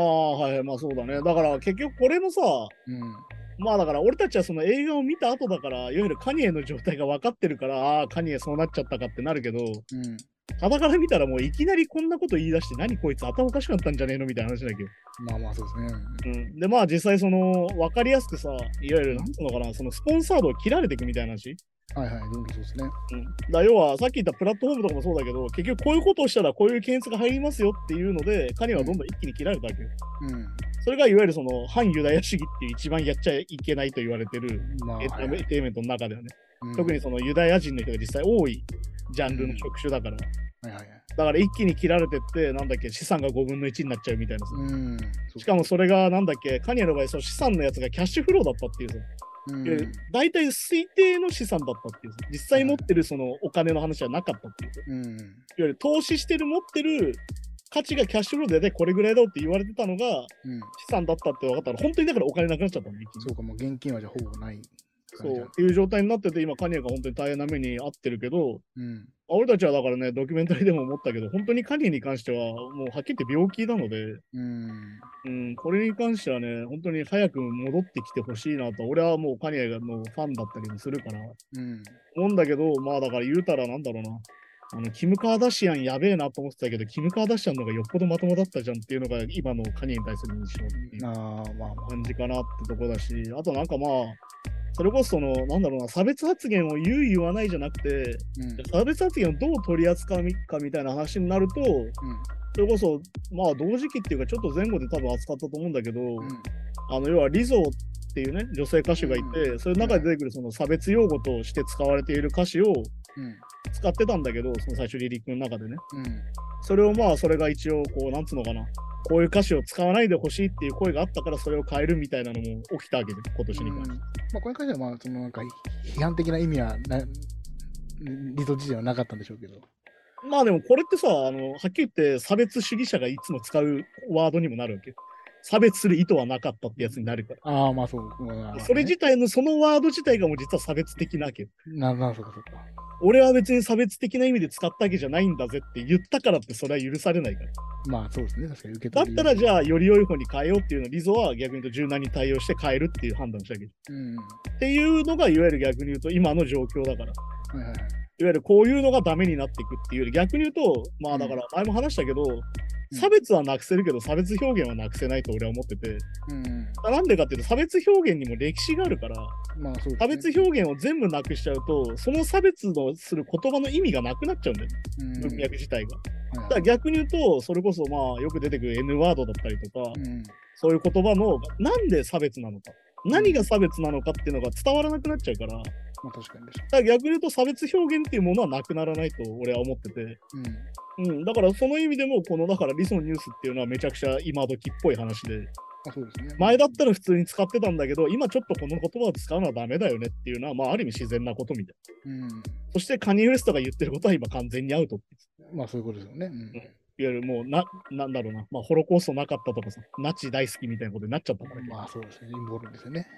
Speaker 2: ああ、はいはい、まあそうだね。だから結局これもさ、
Speaker 3: うん、
Speaker 2: まあだから俺たちはその映画を見た後だから、いわゆるカニエの状態が分かってるから、ああ、カニエそうなっちゃったかってなるけど、
Speaker 3: うん、
Speaker 2: 肌から見たらもういきなりこんなこと言い出して、何こいつ頭おかしくなったんじゃねえのみたいな話だけど。
Speaker 3: まあまあそうですね。
Speaker 2: うん、で、まあ実際その分かりやすくさ、いわゆるなんていうのかな、そのスポンサードを切られていくみたいな話。
Speaker 3: うん、はいはい、どんどんそうですね。
Speaker 2: うん、だから要はさっき言ったプラットフォームとかもそうだけど、結局こういうことをしたらこういう検閲が入りますよっていうので、カニエはどんどん一気に切られたわけよ。それがいわゆるその反ユダヤ主義っていう一番やっちゃいけないと言われてる
Speaker 3: うん、まあ、
Speaker 2: エンタメエンテイメントの中ではね、
Speaker 3: うん
Speaker 2: 特にそのユダヤ人の人が実際多いジャンル
Speaker 3: う
Speaker 2: の
Speaker 3: ん
Speaker 2: 職種だから、
Speaker 3: はいはいはい。
Speaker 2: だから一気に切られてって、なんだっけ、資産が5分の1になっちゃうみたいなさ。
Speaker 3: うん、そう
Speaker 2: しかもそれがなんだっけ、カニエの場合、その資産のやつがキャッシュフローだったっていうさ。
Speaker 3: うん
Speaker 2: で大体推定の資産だったっていう、実際持ってるそのお金の話はなかったっていう。
Speaker 3: うん
Speaker 2: いわゆる投資してる持ってる価値がキャッシュフローで大体これぐらいだろうって言われてたのが
Speaker 3: うん、
Speaker 2: 資産だったって分かったら本当にだからお金なくなっちゃったんで、一気に
Speaker 3: そうか、もう現金はじゃあほぼない
Speaker 2: そ
Speaker 3: 感
Speaker 2: う
Speaker 3: じだ
Speaker 2: っ。ていう状態になってて今カニエが本当に大変な目に遭ってるけど
Speaker 3: うん。
Speaker 2: あ俺たちはだからねドキュメンタリーでも思ったけど本当にカニエに関してはもうはっきり言って病気なので、
Speaker 3: うん。
Speaker 2: うん、これに関してはね本当に早く戻ってきてほしいなと俺はもうカニエのファンだったりもするから
Speaker 3: うん。
Speaker 2: 思うんだけど、まあだから言うたらなんだろうな。あの、キム・カーダシアンやべえなと思ってたけど、キム・カーダシアンの方がよっぽどまともだったじゃんっていうのが今のカニエに対する印象っていう
Speaker 3: ああ、まあまあ。
Speaker 2: 感じかなってとこだし、あとなんかまあ、それこそその、なんだろうな、差別発言を言う言わないじゃなくて、
Speaker 3: うん。
Speaker 2: 差別発言をどう取り扱うかみたいな話になると、それこそ、まあ同時期っていうかちょっと前後で多分扱ったと思うんだけど、
Speaker 3: うん。うん。
Speaker 2: あの要はリゾーっていうね女性歌手がいて、
Speaker 3: う
Speaker 2: それの中で出てくるその差別用語として使われている歌詞を
Speaker 3: うん。
Speaker 2: 使ってたんだけどその最初リリックの中でね
Speaker 3: うん。
Speaker 2: それをまあそれが一応こうなんつうのかなこういう歌詞を使わないでほしいっていう声があったからそれを変えるみたいなのも起きたわけで今年に関して、
Speaker 3: まあ、これに関しては、まあ、そのなんか批判的な意味はな、理想自体はなかったんでしょうけど。
Speaker 2: まあでもこれってさあのはっきり言って差別主義者がいつも使うワードにもなるわけ差別する意図はなかったってやつになるから
Speaker 3: ああ、まあそう。まあ、
Speaker 2: それ自体のそのワード自体がもう実は差別的なわけ
Speaker 3: な、な、そうかそうか。
Speaker 2: 俺は別に差別的な意味で使ったわけじゃないんだぜって言ったからってそれは許されないから。
Speaker 3: まあそうですね、確かに受け
Speaker 2: だ
Speaker 3: 取
Speaker 2: っ
Speaker 3: り
Speaker 2: たらじゃあより良い方に変えようっていうのをリゾは逆に言うと柔軟に対応して変えるっていう判断をしたわけ。っ
Speaker 3: うん。は
Speaker 2: ていうのがいわゆる逆に言うと今の状況だから。い
Speaker 3: いはいはい。
Speaker 2: わゆるこういうのがダメになっていくっていうより逆に言うとまあだから前も話したけど差別はなくせるけど差別表現はなくせないと俺は思ってて
Speaker 3: うん。
Speaker 2: なんでかっていうと差別表現にも歴史があるから
Speaker 3: まあそうです、ね。
Speaker 2: 差別表現を全部なくしちゃうとその差別のする言葉の意味がなくなっちゃうんだよね
Speaker 3: うん
Speaker 2: 文脈自体が。
Speaker 3: はい
Speaker 2: だ
Speaker 3: は
Speaker 2: か
Speaker 3: い
Speaker 2: ら逆に言うと、それこそまあよく出てくる N ワードだったりとか、
Speaker 3: うん。
Speaker 2: そういう言葉のなんで差別なのか、何が差別なのかっていうのが伝わらなくなっちゃうから、だか
Speaker 3: まあ確かにでしょ。
Speaker 2: ら逆に言うと差別表現っていうものはなくならないと俺は思ってて、
Speaker 3: うん。
Speaker 2: うん、だからその意味でも、このだから理想のニュースっていうのはめちゃくちゃ今時っぽい話で、
Speaker 3: あそうですね。
Speaker 2: 前だったら普通に使ってたんだけど、今ちょっとこの言葉を使うのはダメだよねっていうのは、まあある意味自然なことみたいな。
Speaker 3: うん。
Speaker 2: そしてカニエ・ウェストが言ってることは今完全にアウトっていう。
Speaker 3: まあそういうことですよね。うん。
Speaker 2: いわゆるもうな、なんだろうな、まあ、ホロコーストなかったとかさ、ナチ大好きみたいなことになっちゃったから、っ
Speaker 3: まあそうですね。陰謀論ですよね。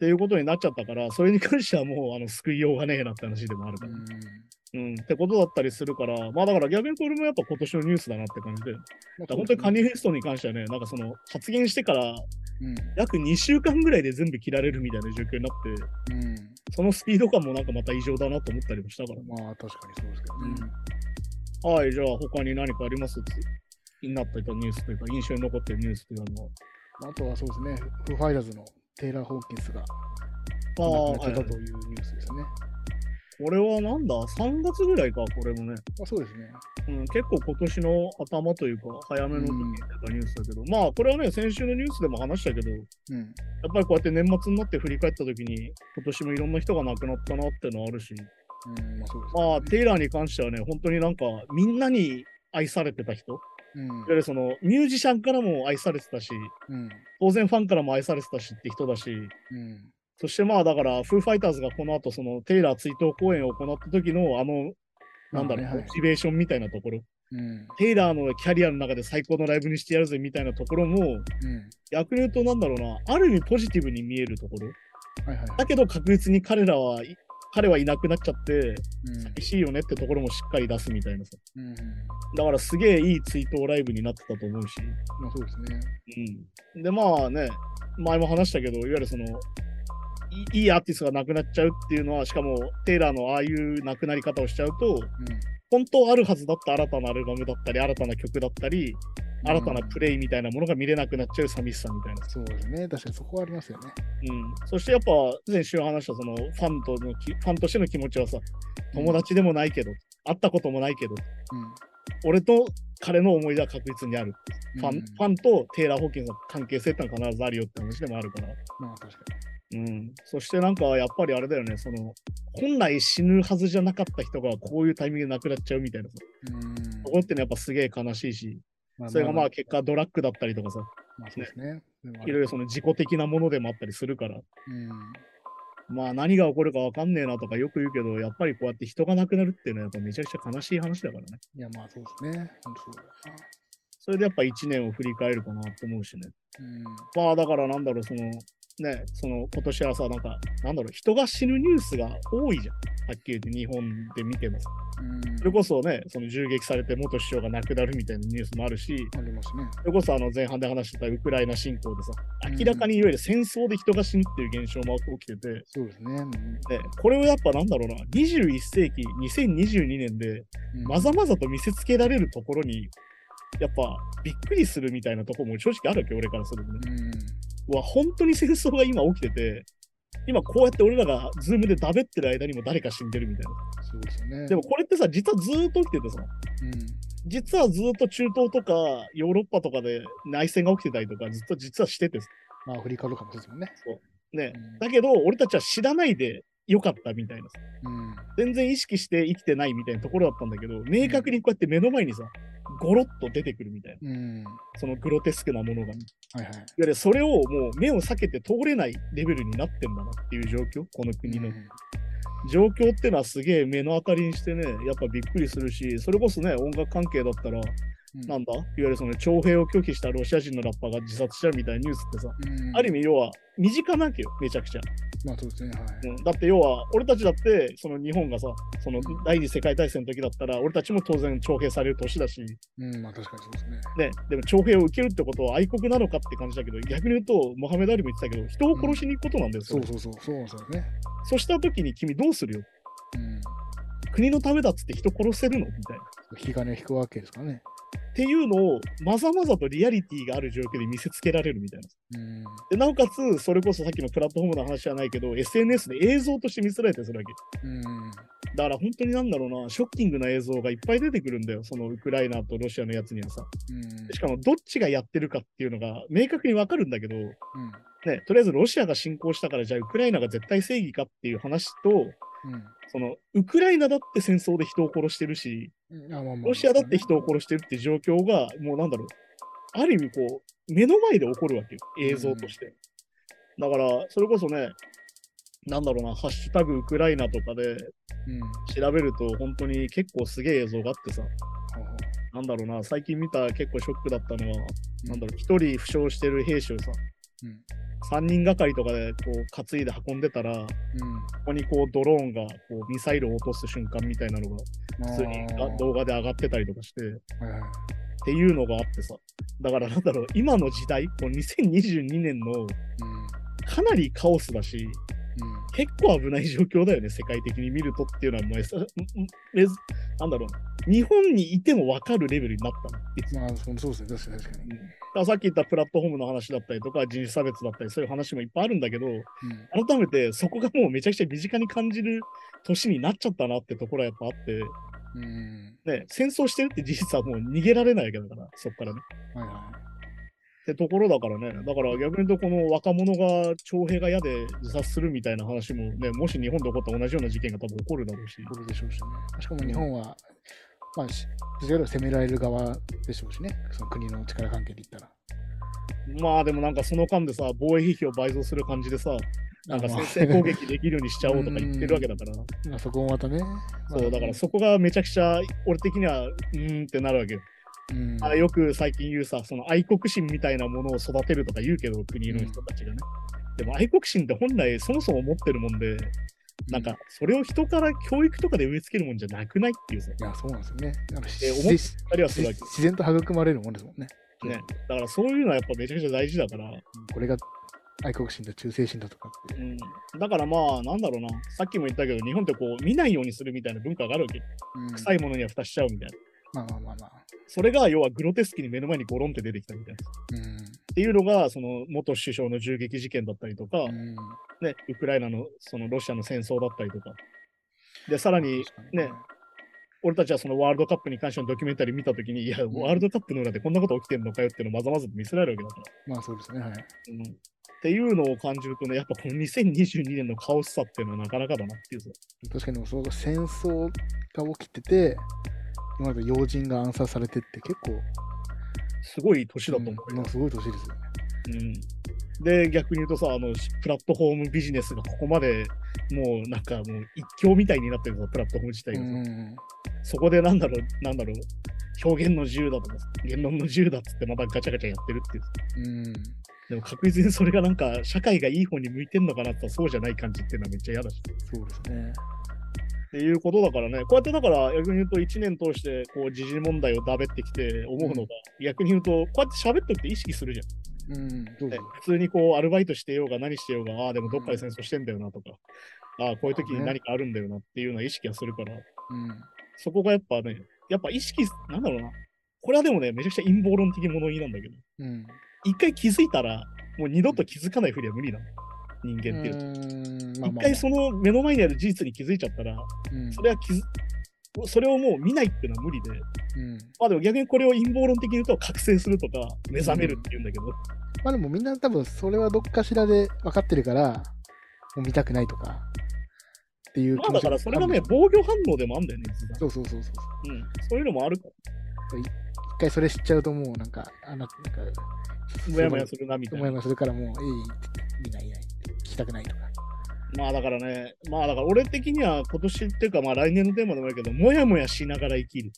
Speaker 2: ていうことになっちゃったから、それに関してはもうあの救いようがねえなって話でもあるから、うん、ってことだったりするから、まあだから逆にこれもやっぱ今年のニュースだなって感じで、だか
Speaker 3: まあ
Speaker 2: ら本当にカニエフェストに関してはね、なんかその発言してから
Speaker 3: うん。
Speaker 2: 約2週間ぐらいで全部切られるみたいな状況になって、
Speaker 3: うん。
Speaker 2: そのスピード感もなんかまた異常だなと思ったりもしたから、
Speaker 3: まあ確かにそうですけどね。
Speaker 2: はい、じゃあ他に何かあります気になっていたニュースというか、印象に残ってるニュースというのは。
Speaker 3: あとはそうですね、フーファイラーズのテイラー・ホーキンスが
Speaker 2: あ
Speaker 3: 亡くなっ
Speaker 2: はい
Speaker 3: ちゃったというニュースですね。
Speaker 2: これはなんだ ?3 月ぐらいか、これもね。
Speaker 3: まあ、そうですね。
Speaker 2: うん、結構今年の頭というか、早めの時に出たニュースだけど、まあ、これはね、先週のニュースでも話したけど、やっ
Speaker 3: うん。
Speaker 2: ぱりこうやって年末になって振り返った時に、今年もいろんな人が亡くなったなってのはあるし、
Speaker 3: うん、まあそうです、ね。
Speaker 2: まあ、テイラーに関してはね、本当になんか、みんなに愛されてた人、いわ
Speaker 3: うん。
Speaker 2: ゆるその、ミュージシャンからも愛されてたし、
Speaker 3: うん。
Speaker 2: 当然ファンからも愛されてたしって人だし、
Speaker 3: うん。
Speaker 2: そしてまあ、だから、フーファイターズがこの後、その、テイラー追悼公演を行った時の、あの、なんだろう、
Speaker 3: まあね
Speaker 2: モチベーションみたいなところ、
Speaker 3: うん。
Speaker 2: テイラーのキャリアの中で最高のライブにしてやるぜみたいなところも、
Speaker 3: うん。
Speaker 2: 逆に言うと、なんだろうな、ある意味ポジティブに見えるところ。
Speaker 3: はいはい。
Speaker 2: だけど確実に彼らは、い彼はいなくなっちゃって、
Speaker 3: う
Speaker 2: 寂しいよねってところもしっかり出すみたいなさ。
Speaker 3: ん。うん。
Speaker 2: だからすげえいい追悼ライブになってたと思うし。
Speaker 3: まあそうですね。
Speaker 2: うん。で、まあね、前も話したけど、いわゆるその、いいいアーティストが亡くなっちゃうっていうのは、しかもテイラーのああいう亡くなり方をしちゃうと、本当あるはずだった新たなアルバムだったり、新たな曲だったり、
Speaker 3: うん。
Speaker 2: 新たなプレイみたいなものが見れなくなっちゃう寂しさみたいな。
Speaker 3: そうですね。確かにそこはありますよね。
Speaker 2: うん、そしてやっぱ前週話したそのファンとのきファンとしての気持ちはさ、友達でもないけど、会ったこともないけど、
Speaker 3: うん。
Speaker 2: 俺と彼の思い出は確実にある。ファン,、
Speaker 3: うん
Speaker 2: ファンとテイラー・ホーキンスの関係性ってのは必ずあるよって話でもあるから。
Speaker 3: まあ確か
Speaker 2: うん、そしてなんかやっぱりあれだよね、その本来死ぬはずじゃなかった人がこういうタイミングで亡くなっちゃうみたいなさ、
Speaker 3: に。うん
Speaker 2: そこってのはやっぱすげえ悲しいし、
Speaker 3: ま
Speaker 2: それがまあ、結果ドラッグだったりとかさ、
Speaker 3: まあそうですね。
Speaker 2: いろいろその自己的なものでもあったりするから。
Speaker 3: うん。
Speaker 2: まあ何が起こるかわかんねえなとかよく言うけど、やっぱりこうやって人が亡くなるっていうのはやっぱめちゃくちゃ悲しい話だからね。
Speaker 3: いや、まあそうですね。本当そうだよ
Speaker 2: それでやっぱ1年を振り返るかなと思うしね。
Speaker 3: な。うん。
Speaker 2: まあだからなんだろう、その、ね、その今年はさ、なんか、なんだろう、人が死ぬニュースが多いじゃん。はっきり言って日本で見てもさ。
Speaker 3: うん
Speaker 2: それこそね、その銃撃されて元首相が亡くなるみたいなニュースもあるし、
Speaker 3: ありますね。
Speaker 2: それこそあの前半で話してたウクライナ侵攻でさ、
Speaker 3: うん
Speaker 2: 明らかにいわゆる戦争で人が死ぬっていう現象も起きてて、
Speaker 3: そうですね。うん
Speaker 2: でこれをやっぱなんだろうな、21世紀、2022年で、
Speaker 3: うん
Speaker 2: まざまざと見せつけられるところに、やっぱびっくりするみたいなところも正直あるわけ、俺からするとね。
Speaker 3: うん。
Speaker 2: うわ、本当に戦争が今起きてて、今こうやって俺らがズームでダベってる間にも誰か死んでるみたいな。
Speaker 3: そうですよね。
Speaker 2: でも、これってさ、実はずーっと起きててさ、
Speaker 3: うん。
Speaker 2: 実はずーっと中東とかヨーロッパとかで内戦が起きてたりとか、ずっと実はしててさ
Speaker 3: まあ、アフリカとかもそうですもんね。
Speaker 2: ね。だけど、俺たちは知らないでよかったみたいなさ。
Speaker 3: うん。うん
Speaker 2: 全然意識して生きてないみたいなところだったんだけど、明確にこうやって目の前にさ、ゴロッと出てくるみたいな、
Speaker 3: うん。
Speaker 2: そのグロテスクなものが。いわ
Speaker 3: はいはい。
Speaker 2: ゆるそれをもう目を避けて通れないレベルになってんだなっていう状況、この国の。
Speaker 3: うん
Speaker 2: 状況ってのはすげえ目の当たりにしてね、やっぱびっくりするし、それこそね、音楽関係だったら、
Speaker 3: うん
Speaker 2: なんだ、いわゆるその徴兵を拒否したロシア人のラッパーが自殺したみたいなニュースってさ、
Speaker 3: うん
Speaker 2: ある意味要は身近なわけよ、めちゃくちゃ。
Speaker 3: まあそうですね。はい。
Speaker 2: うんだって要は俺たちだってその日本がさその第二次世界大戦の時だったら俺たちも当然徴兵される年だし、
Speaker 3: うん、まあ確かにそうですね。
Speaker 2: ね、でも徴兵を受けるってことは愛国なのかって感じだけど逆に言うとモハメド・アリも言ってたけど人を殺しに行くことなんです
Speaker 3: そ
Speaker 2: よ、
Speaker 3: うそうそう、そうなんですよね。
Speaker 2: そうした時に君どうするよ
Speaker 3: うん。
Speaker 2: 国のためだっつって人殺せるのみたいな。
Speaker 3: 引き金を引くわけですからね。
Speaker 2: っていうのをまざまざとリアリティがある状況で見せつけられるみたいな。
Speaker 3: うん。
Speaker 2: でなおかつそれこそさっきのプラットフォームの話じゃないけど SNS で映像として見せられてるわけ。
Speaker 3: うん。
Speaker 2: だから本当になんだろうな、ショッキングな映像がいっぱい出てくるんだよ、そのウクライナとロシアのやつにはさ。
Speaker 3: うん。
Speaker 2: しかもどっちがやってるかっていうのが明確にわかるんだけど、ね、
Speaker 3: うん。
Speaker 2: とりあえずロシアが侵攻したから、じゃあウクライナが絶対正義かっていう話と、そのウクライナだって戦争で人を殺してるし、
Speaker 3: うん。あまあまあ
Speaker 2: ロシアだって人を殺してるって状況が、もうなんだろう、ある意味こう、目の前で起こるわけよ、映像として。だから、それこそね、なんだろうな、ハッシュタグウクライナとかで、
Speaker 3: うん。ほ
Speaker 2: 調べると本当に結構すげえ映像があってさ、
Speaker 3: うほ
Speaker 2: なんだろうな、最近見た結構ショックだったのは、
Speaker 3: う
Speaker 2: なんだろう、1人負傷してる兵士をさ、
Speaker 3: うん
Speaker 2: 3人がかりとかでこう担いで運んでたら、こ
Speaker 3: うん。
Speaker 2: こにこうドローンがこうミサイルを落とす瞬間みたいなのが普通に
Speaker 3: あー
Speaker 2: 動画で上がってたりとかして、っ
Speaker 3: はいはい。
Speaker 2: ていうのがあってさ、だからなんだろう、今の時代、この2022年の
Speaker 3: うん。
Speaker 2: かなりカオスだし、
Speaker 3: うん。
Speaker 2: 結構危ない状況だよね、世界的に見るとっていうのは、もうえさんんえなんだろう、日本にいても分かるレベルになったの。いつだ
Speaker 3: まあ、そうそうですね。確かに確かに。
Speaker 2: からさっき言ったプラットフォームの話だったりとか、人種差別だったり、そういう話もいっぱいあるんだけど、
Speaker 3: うん。
Speaker 2: 改めてそこがもうめちゃくちゃ身近に感じる年になっちゃったなってところはやっぱあって、
Speaker 3: うん。
Speaker 2: ね、戦争してるって事実はもう逃げられないわけだから、そこからね。
Speaker 3: はいは
Speaker 2: ってところだからね、だから逆に言うと、この若者が徴兵が嫌で自殺するみたいな話もね、もし日本で起こったら同じような事件が多分起こるだろうし
Speaker 3: い。。これでしょうしね。しかも日本は、まあ、しどちらかというと攻められる側でしょうしね。その国の力関係で言ったら。
Speaker 2: まあでもなんかその間でさ、防衛費費を倍増する感じでさ、なんか
Speaker 3: まあ
Speaker 2: 先制攻撃できるようにしちゃおうとか言ってるわけだから、
Speaker 3: [LAUGHS] まあ、そこもまたね。
Speaker 2: そうだからそこがめちゃくちゃ俺的にはうーんってなるわけよ。
Speaker 3: うん。
Speaker 2: あよく最近言うさ、その愛国心みたいなものを育てるとか言うけど、国の人たちがね。でも愛国心って本来そもそも持ってるもんで、なんかそれを人から教育とかで植え付けるもんじゃなくないっていうさ、
Speaker 3: いや、そうなんですよね。なんかし
Speaker 2: え思っ
Speaker 3: 自
Speaker 2: あるいはするわけよ。
Speaker 3: 自然と育まれるもんですもんね。
Speaker 2: ね。だからそういうのはやっぱめちゃくちゃ大事だから、
Speaker 3: これが愛国心だ、忠誠心だとかって。
Speaker 2: うん、だからまあなんだろうなさっきも言ったけど日本ってこう見ないようにするみたいな文化があるわけ臭い
Speaker 3: い。
Speaker 2: ものには蓋しちゃうみたいな
Speaker 3: まあまあまあまあ。
Speaker 2: それが要はグロテスキに目の前にゴロンって出てきたみたいなっ
Speaker 3: うん。
Speaker 2: ていうのがその元首相の銃撃事件だったりとか、
Speaker 3: うん
Speaker 2: ね、ウクライナのそのロシアの戦争だったりとかでさらにね。俺たちはそのワールドカップに関してのドキュメンタリー見た時にいや
Speaker 3: ん
Speaker 2: ワールドカップの裏でこんなこと起きてんのかよっていうのをまざまざと見せられるわけだから、
Speaker 3: まあそうですね。はい。
Speaker 2: うんっていうのを感じるとねやっぱこの2022年のカオスさっていうのはなかなかだなっていうさ
Speaker 3: 確かにでもそう戦争が起きてて、今まで要人が暗殺されてって結構、
Speaker 2: すごい年だと思うよ、
Speaker 3: うんまあすごい年ですよね。
Speaker 2: うんで、逆に言うとさ、あの、プラットフォームビジネスがここまで、もうなんかもう一強みたいになってるさ、プラットフォーム自体
Speaker 3: う
Speaker 2: がさ、
Speaker 3: ん。
Speaker 2: そこでなんだろう、 [LAUGHS] なんだろう、表現の自由だとかさ、言論の自由だっつってまたガチャガチャやってるっていうさ。
Speaker 3: うん。
Speaker 2: でも確実にそれがなんか社会がいい方に向いてんのかなって言ったらそうじゃない感じっていうのはめっちゃ嫌だし。
Speaker 3: そうですね。
Speaker 2: っていうことだからね、こうやってだから逆に言うと1年通してこう時事問題をだべってきて思うのが、逆に言うとこうやって喋ってって意識するじゃん。
Speaker 3: うん。どうぞ。
Speaker 2: 普通にこうアルバイトしてようが何してようが、ああ、でもどっかで戦争してんだよなとか、ああ、こういう時に何かあるんだよなっていうような意識はするから、
Speaker 3: うん。
Speaker 2: そこがやっぱね、やっぱ意識、なんだろうな。これはでもね、めちゃくちゃ陰謀論的物言いなんだけど、
Speaker 3: うん。
Speaker 2: 一回気づいたらもう二度と気づかないふりは無理なの。人間っていうのは。
Speaker 3: うん。まあ
Speaker 2: 一
Speaker 3: まあまあ
Speaker 2: 回その目の前にある事実に気づいちゃったら、
Speaker 3: うん
Speaker 2: それは気づそれをもう見ないっていうのは無理で、
Speaker 3: うん。
Speaker 2: まあでも逆にこれを陰謀論的に言うと覚醒するとか目覚めるっていうんだけど、
Speaker 3: まあでもみんな多分それはどっかしらで分かってるから、もう見たくないとか、っていう
Speaker 2: ま
Speaker 3: 気
Speaker 2: あ
Speaker 3: 持
Speaker 2: だ
Speaker 3: ちが
Speaker 2: からそれが
Speaker 3: 多分
Speaker 2: ね、防御反応でもあるんだよね、実は
Speaker 3: そうそうそうそ
Speaker 2: う
Speaker 3: う。
Speaker 2: ん。そういうのもあるから、
Speaker 3: 一回それ知っちゃうともうなんか、あななんか、
Speaker 2: もやもやするなみたい
Speaker 3: もや
Speaker 2: な。
Speaker 3: もやするからもう、いい、見ない、見ない、聞きたくないとか。
Speaker 2: まあだからね、まあだから俺的には今年っていうかまあ来年のテーマでもいいけど、もやもやしながら生きる。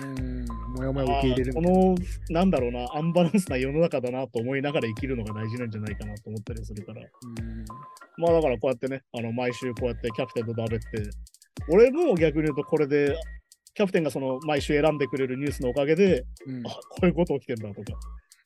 Speaker 3: うん、もやもやを
Speaker 2: あ
Speaker 3: 受け入れ
Speaker 2: ー
Speaker 3: る
Speaker 2: こ
Speaker 3: みたいな。
Speaker 2: の、なんだろうな、アンバランスな世の中だなと思いながら生きるのが大事なんじゃないかなと思ったりするから。
Speaker 3: うん
Speaker 2: まあだからこうやってね、あの毎週こうやってキャプテンとダベって、俺も逆に言うとこれで、キャプテンがその毎週選んでくれるニュースのおかげで、
Speaker 3: うん
Speaker 2: あこういうこと起きてんだとか、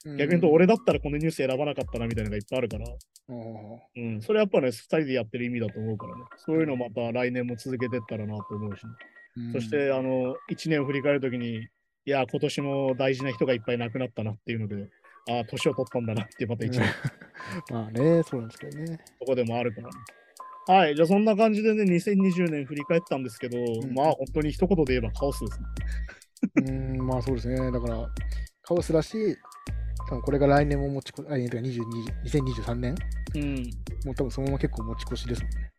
Speaker 3: うん
Speaker 2: 逆に言うと俺だったらこのニュース選ばなかったなみたいなのがいっぱいあるから、
Speaker 3: おー
Speaker 2: うん、それやっぱね、2人でやってる意味だと思うからね、そういうのまた来年も続けてったらなと思うし、ね
Speaker 3: うん
Speaker 2: そしてあの1年を振り返るときに、いや、今年も大事な人がいっぱい亡くなったなっていうので、ああ、年を取ったんだなって、また1年
Speaker 3: [LAUGHS] まあね、そうなんですけどね。
Speaker 2: とこでもあるから、ね。はい、じゃあそんな感じでね、2020年振り返ったんですけど、
Speaker 3: ん
Speaker 2: まあ本当に一言で言えばカオスですね。
Speaker 3: うん、まあそうですね。だから、カオスだし、多分これが来年も持ちこ、来年というか22 2023年
Speaker 2: うん。
Speaker 3: もう多分そのまま結構持ち越しですもん [LAUGHS] ね。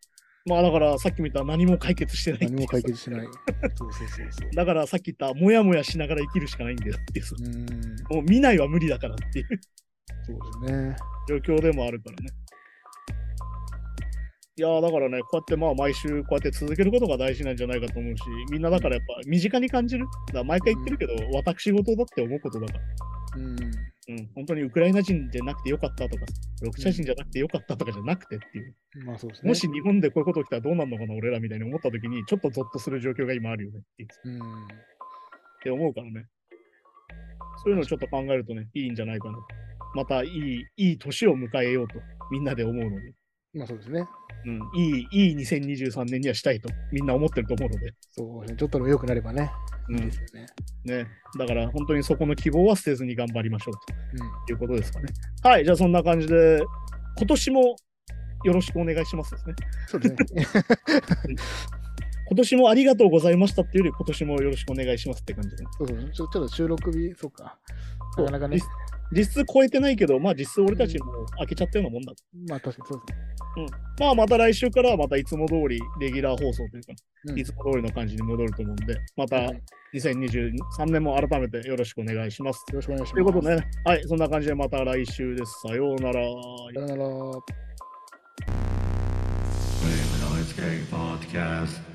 Speaker 2: まあだからさっき見た何も解決してないっていう
Speaker 3: 何も解決しない。そうそうそうそう。
Speaker 2: だからさっき言った、もやもやしながら生きるしかないんだよっていうさ、
Speaker 3: うーん、
Speaker 2: もう見ないは無理だからっていう [LAUGHS]
Speaker 3: そうですね。
Speaker 2: 状況でもあるからね。いやーだからね、こうやってまあ毎週こうやって続けることが大事なんじゃないかと思うし、みんなだからやっぱ身近に感じる。だから毎回言ってるけど、私事だって思うことだから。
Speaker 3: うん。
Speaker 2: うん、本当にウクライナ人じゃなくてよかったとか、ロシア人じゃなくてよかったとかじゃなくてっていう、
Speaker 3: まあそうですね。
Speaker 2: もし日本でこういうこと起きたらどうなるのかな、俺らみたいに思ったときに、ちょっとゾッとする状況が今あるよねっていう
Speaker 3: うん。
Speaker 2: って思うからね。そういうのをちょっと考えるとね、いいんじゃないかな。またいい、いい年を迎えようと、みんなで思うので、
Speaker 3: まあそうですね。
Speaker 2: うん、いい、いい2023年にはしたいと、みんな思ってると思うので。
Speaker 3: そうですね。ちょっとでも良くなればね。
Speaker 2: う
Speaker 3: いいで
Speaker 2: ん
Speaker 3: すよね。
Speaker 2: ね、だから本当にそこの希望は捨てずに頑張りましょう
Speaker 3: うん。
Speaker 2: ということですかね。はい、じゃあそんな感じで、今年もよろしくお願いしますですね。
Speaker 3: そうですね。
Speaker 2: 今年もありがとうございましたっていうより、今年もよろしくお願いしますって感じで、ね。
Speaker 3: そうそうちょ。ちょっと収録日、そうか。
Speaker 2: そう
Speaker 3: なかなかね
Speaker 2: リ。ス実質超えてないけど、まあ実質俺たちも開けちゃったようなもんだ。
Speaker 3: まあ確かにそうで
Speaker 2: まあまた来週からはまたいつも通りレギュラー放送というか、
Speaker 3: すね。
Speaker 2: いつも通りの感じに戻ると思うんで、ま
Speaker 3: うん
Speaker 2: た
Speaker 3: はいよ
Speaker 2: 2023年も改めてよろしくお願いします。
Speaker 3: ろしくお願いします。
Speaker 2: ということでね、はい、そんな感じでまた来週です。さようなら。
Speaker 3: さよなら。
Speaker 1: Wave Noise Gang Podcast.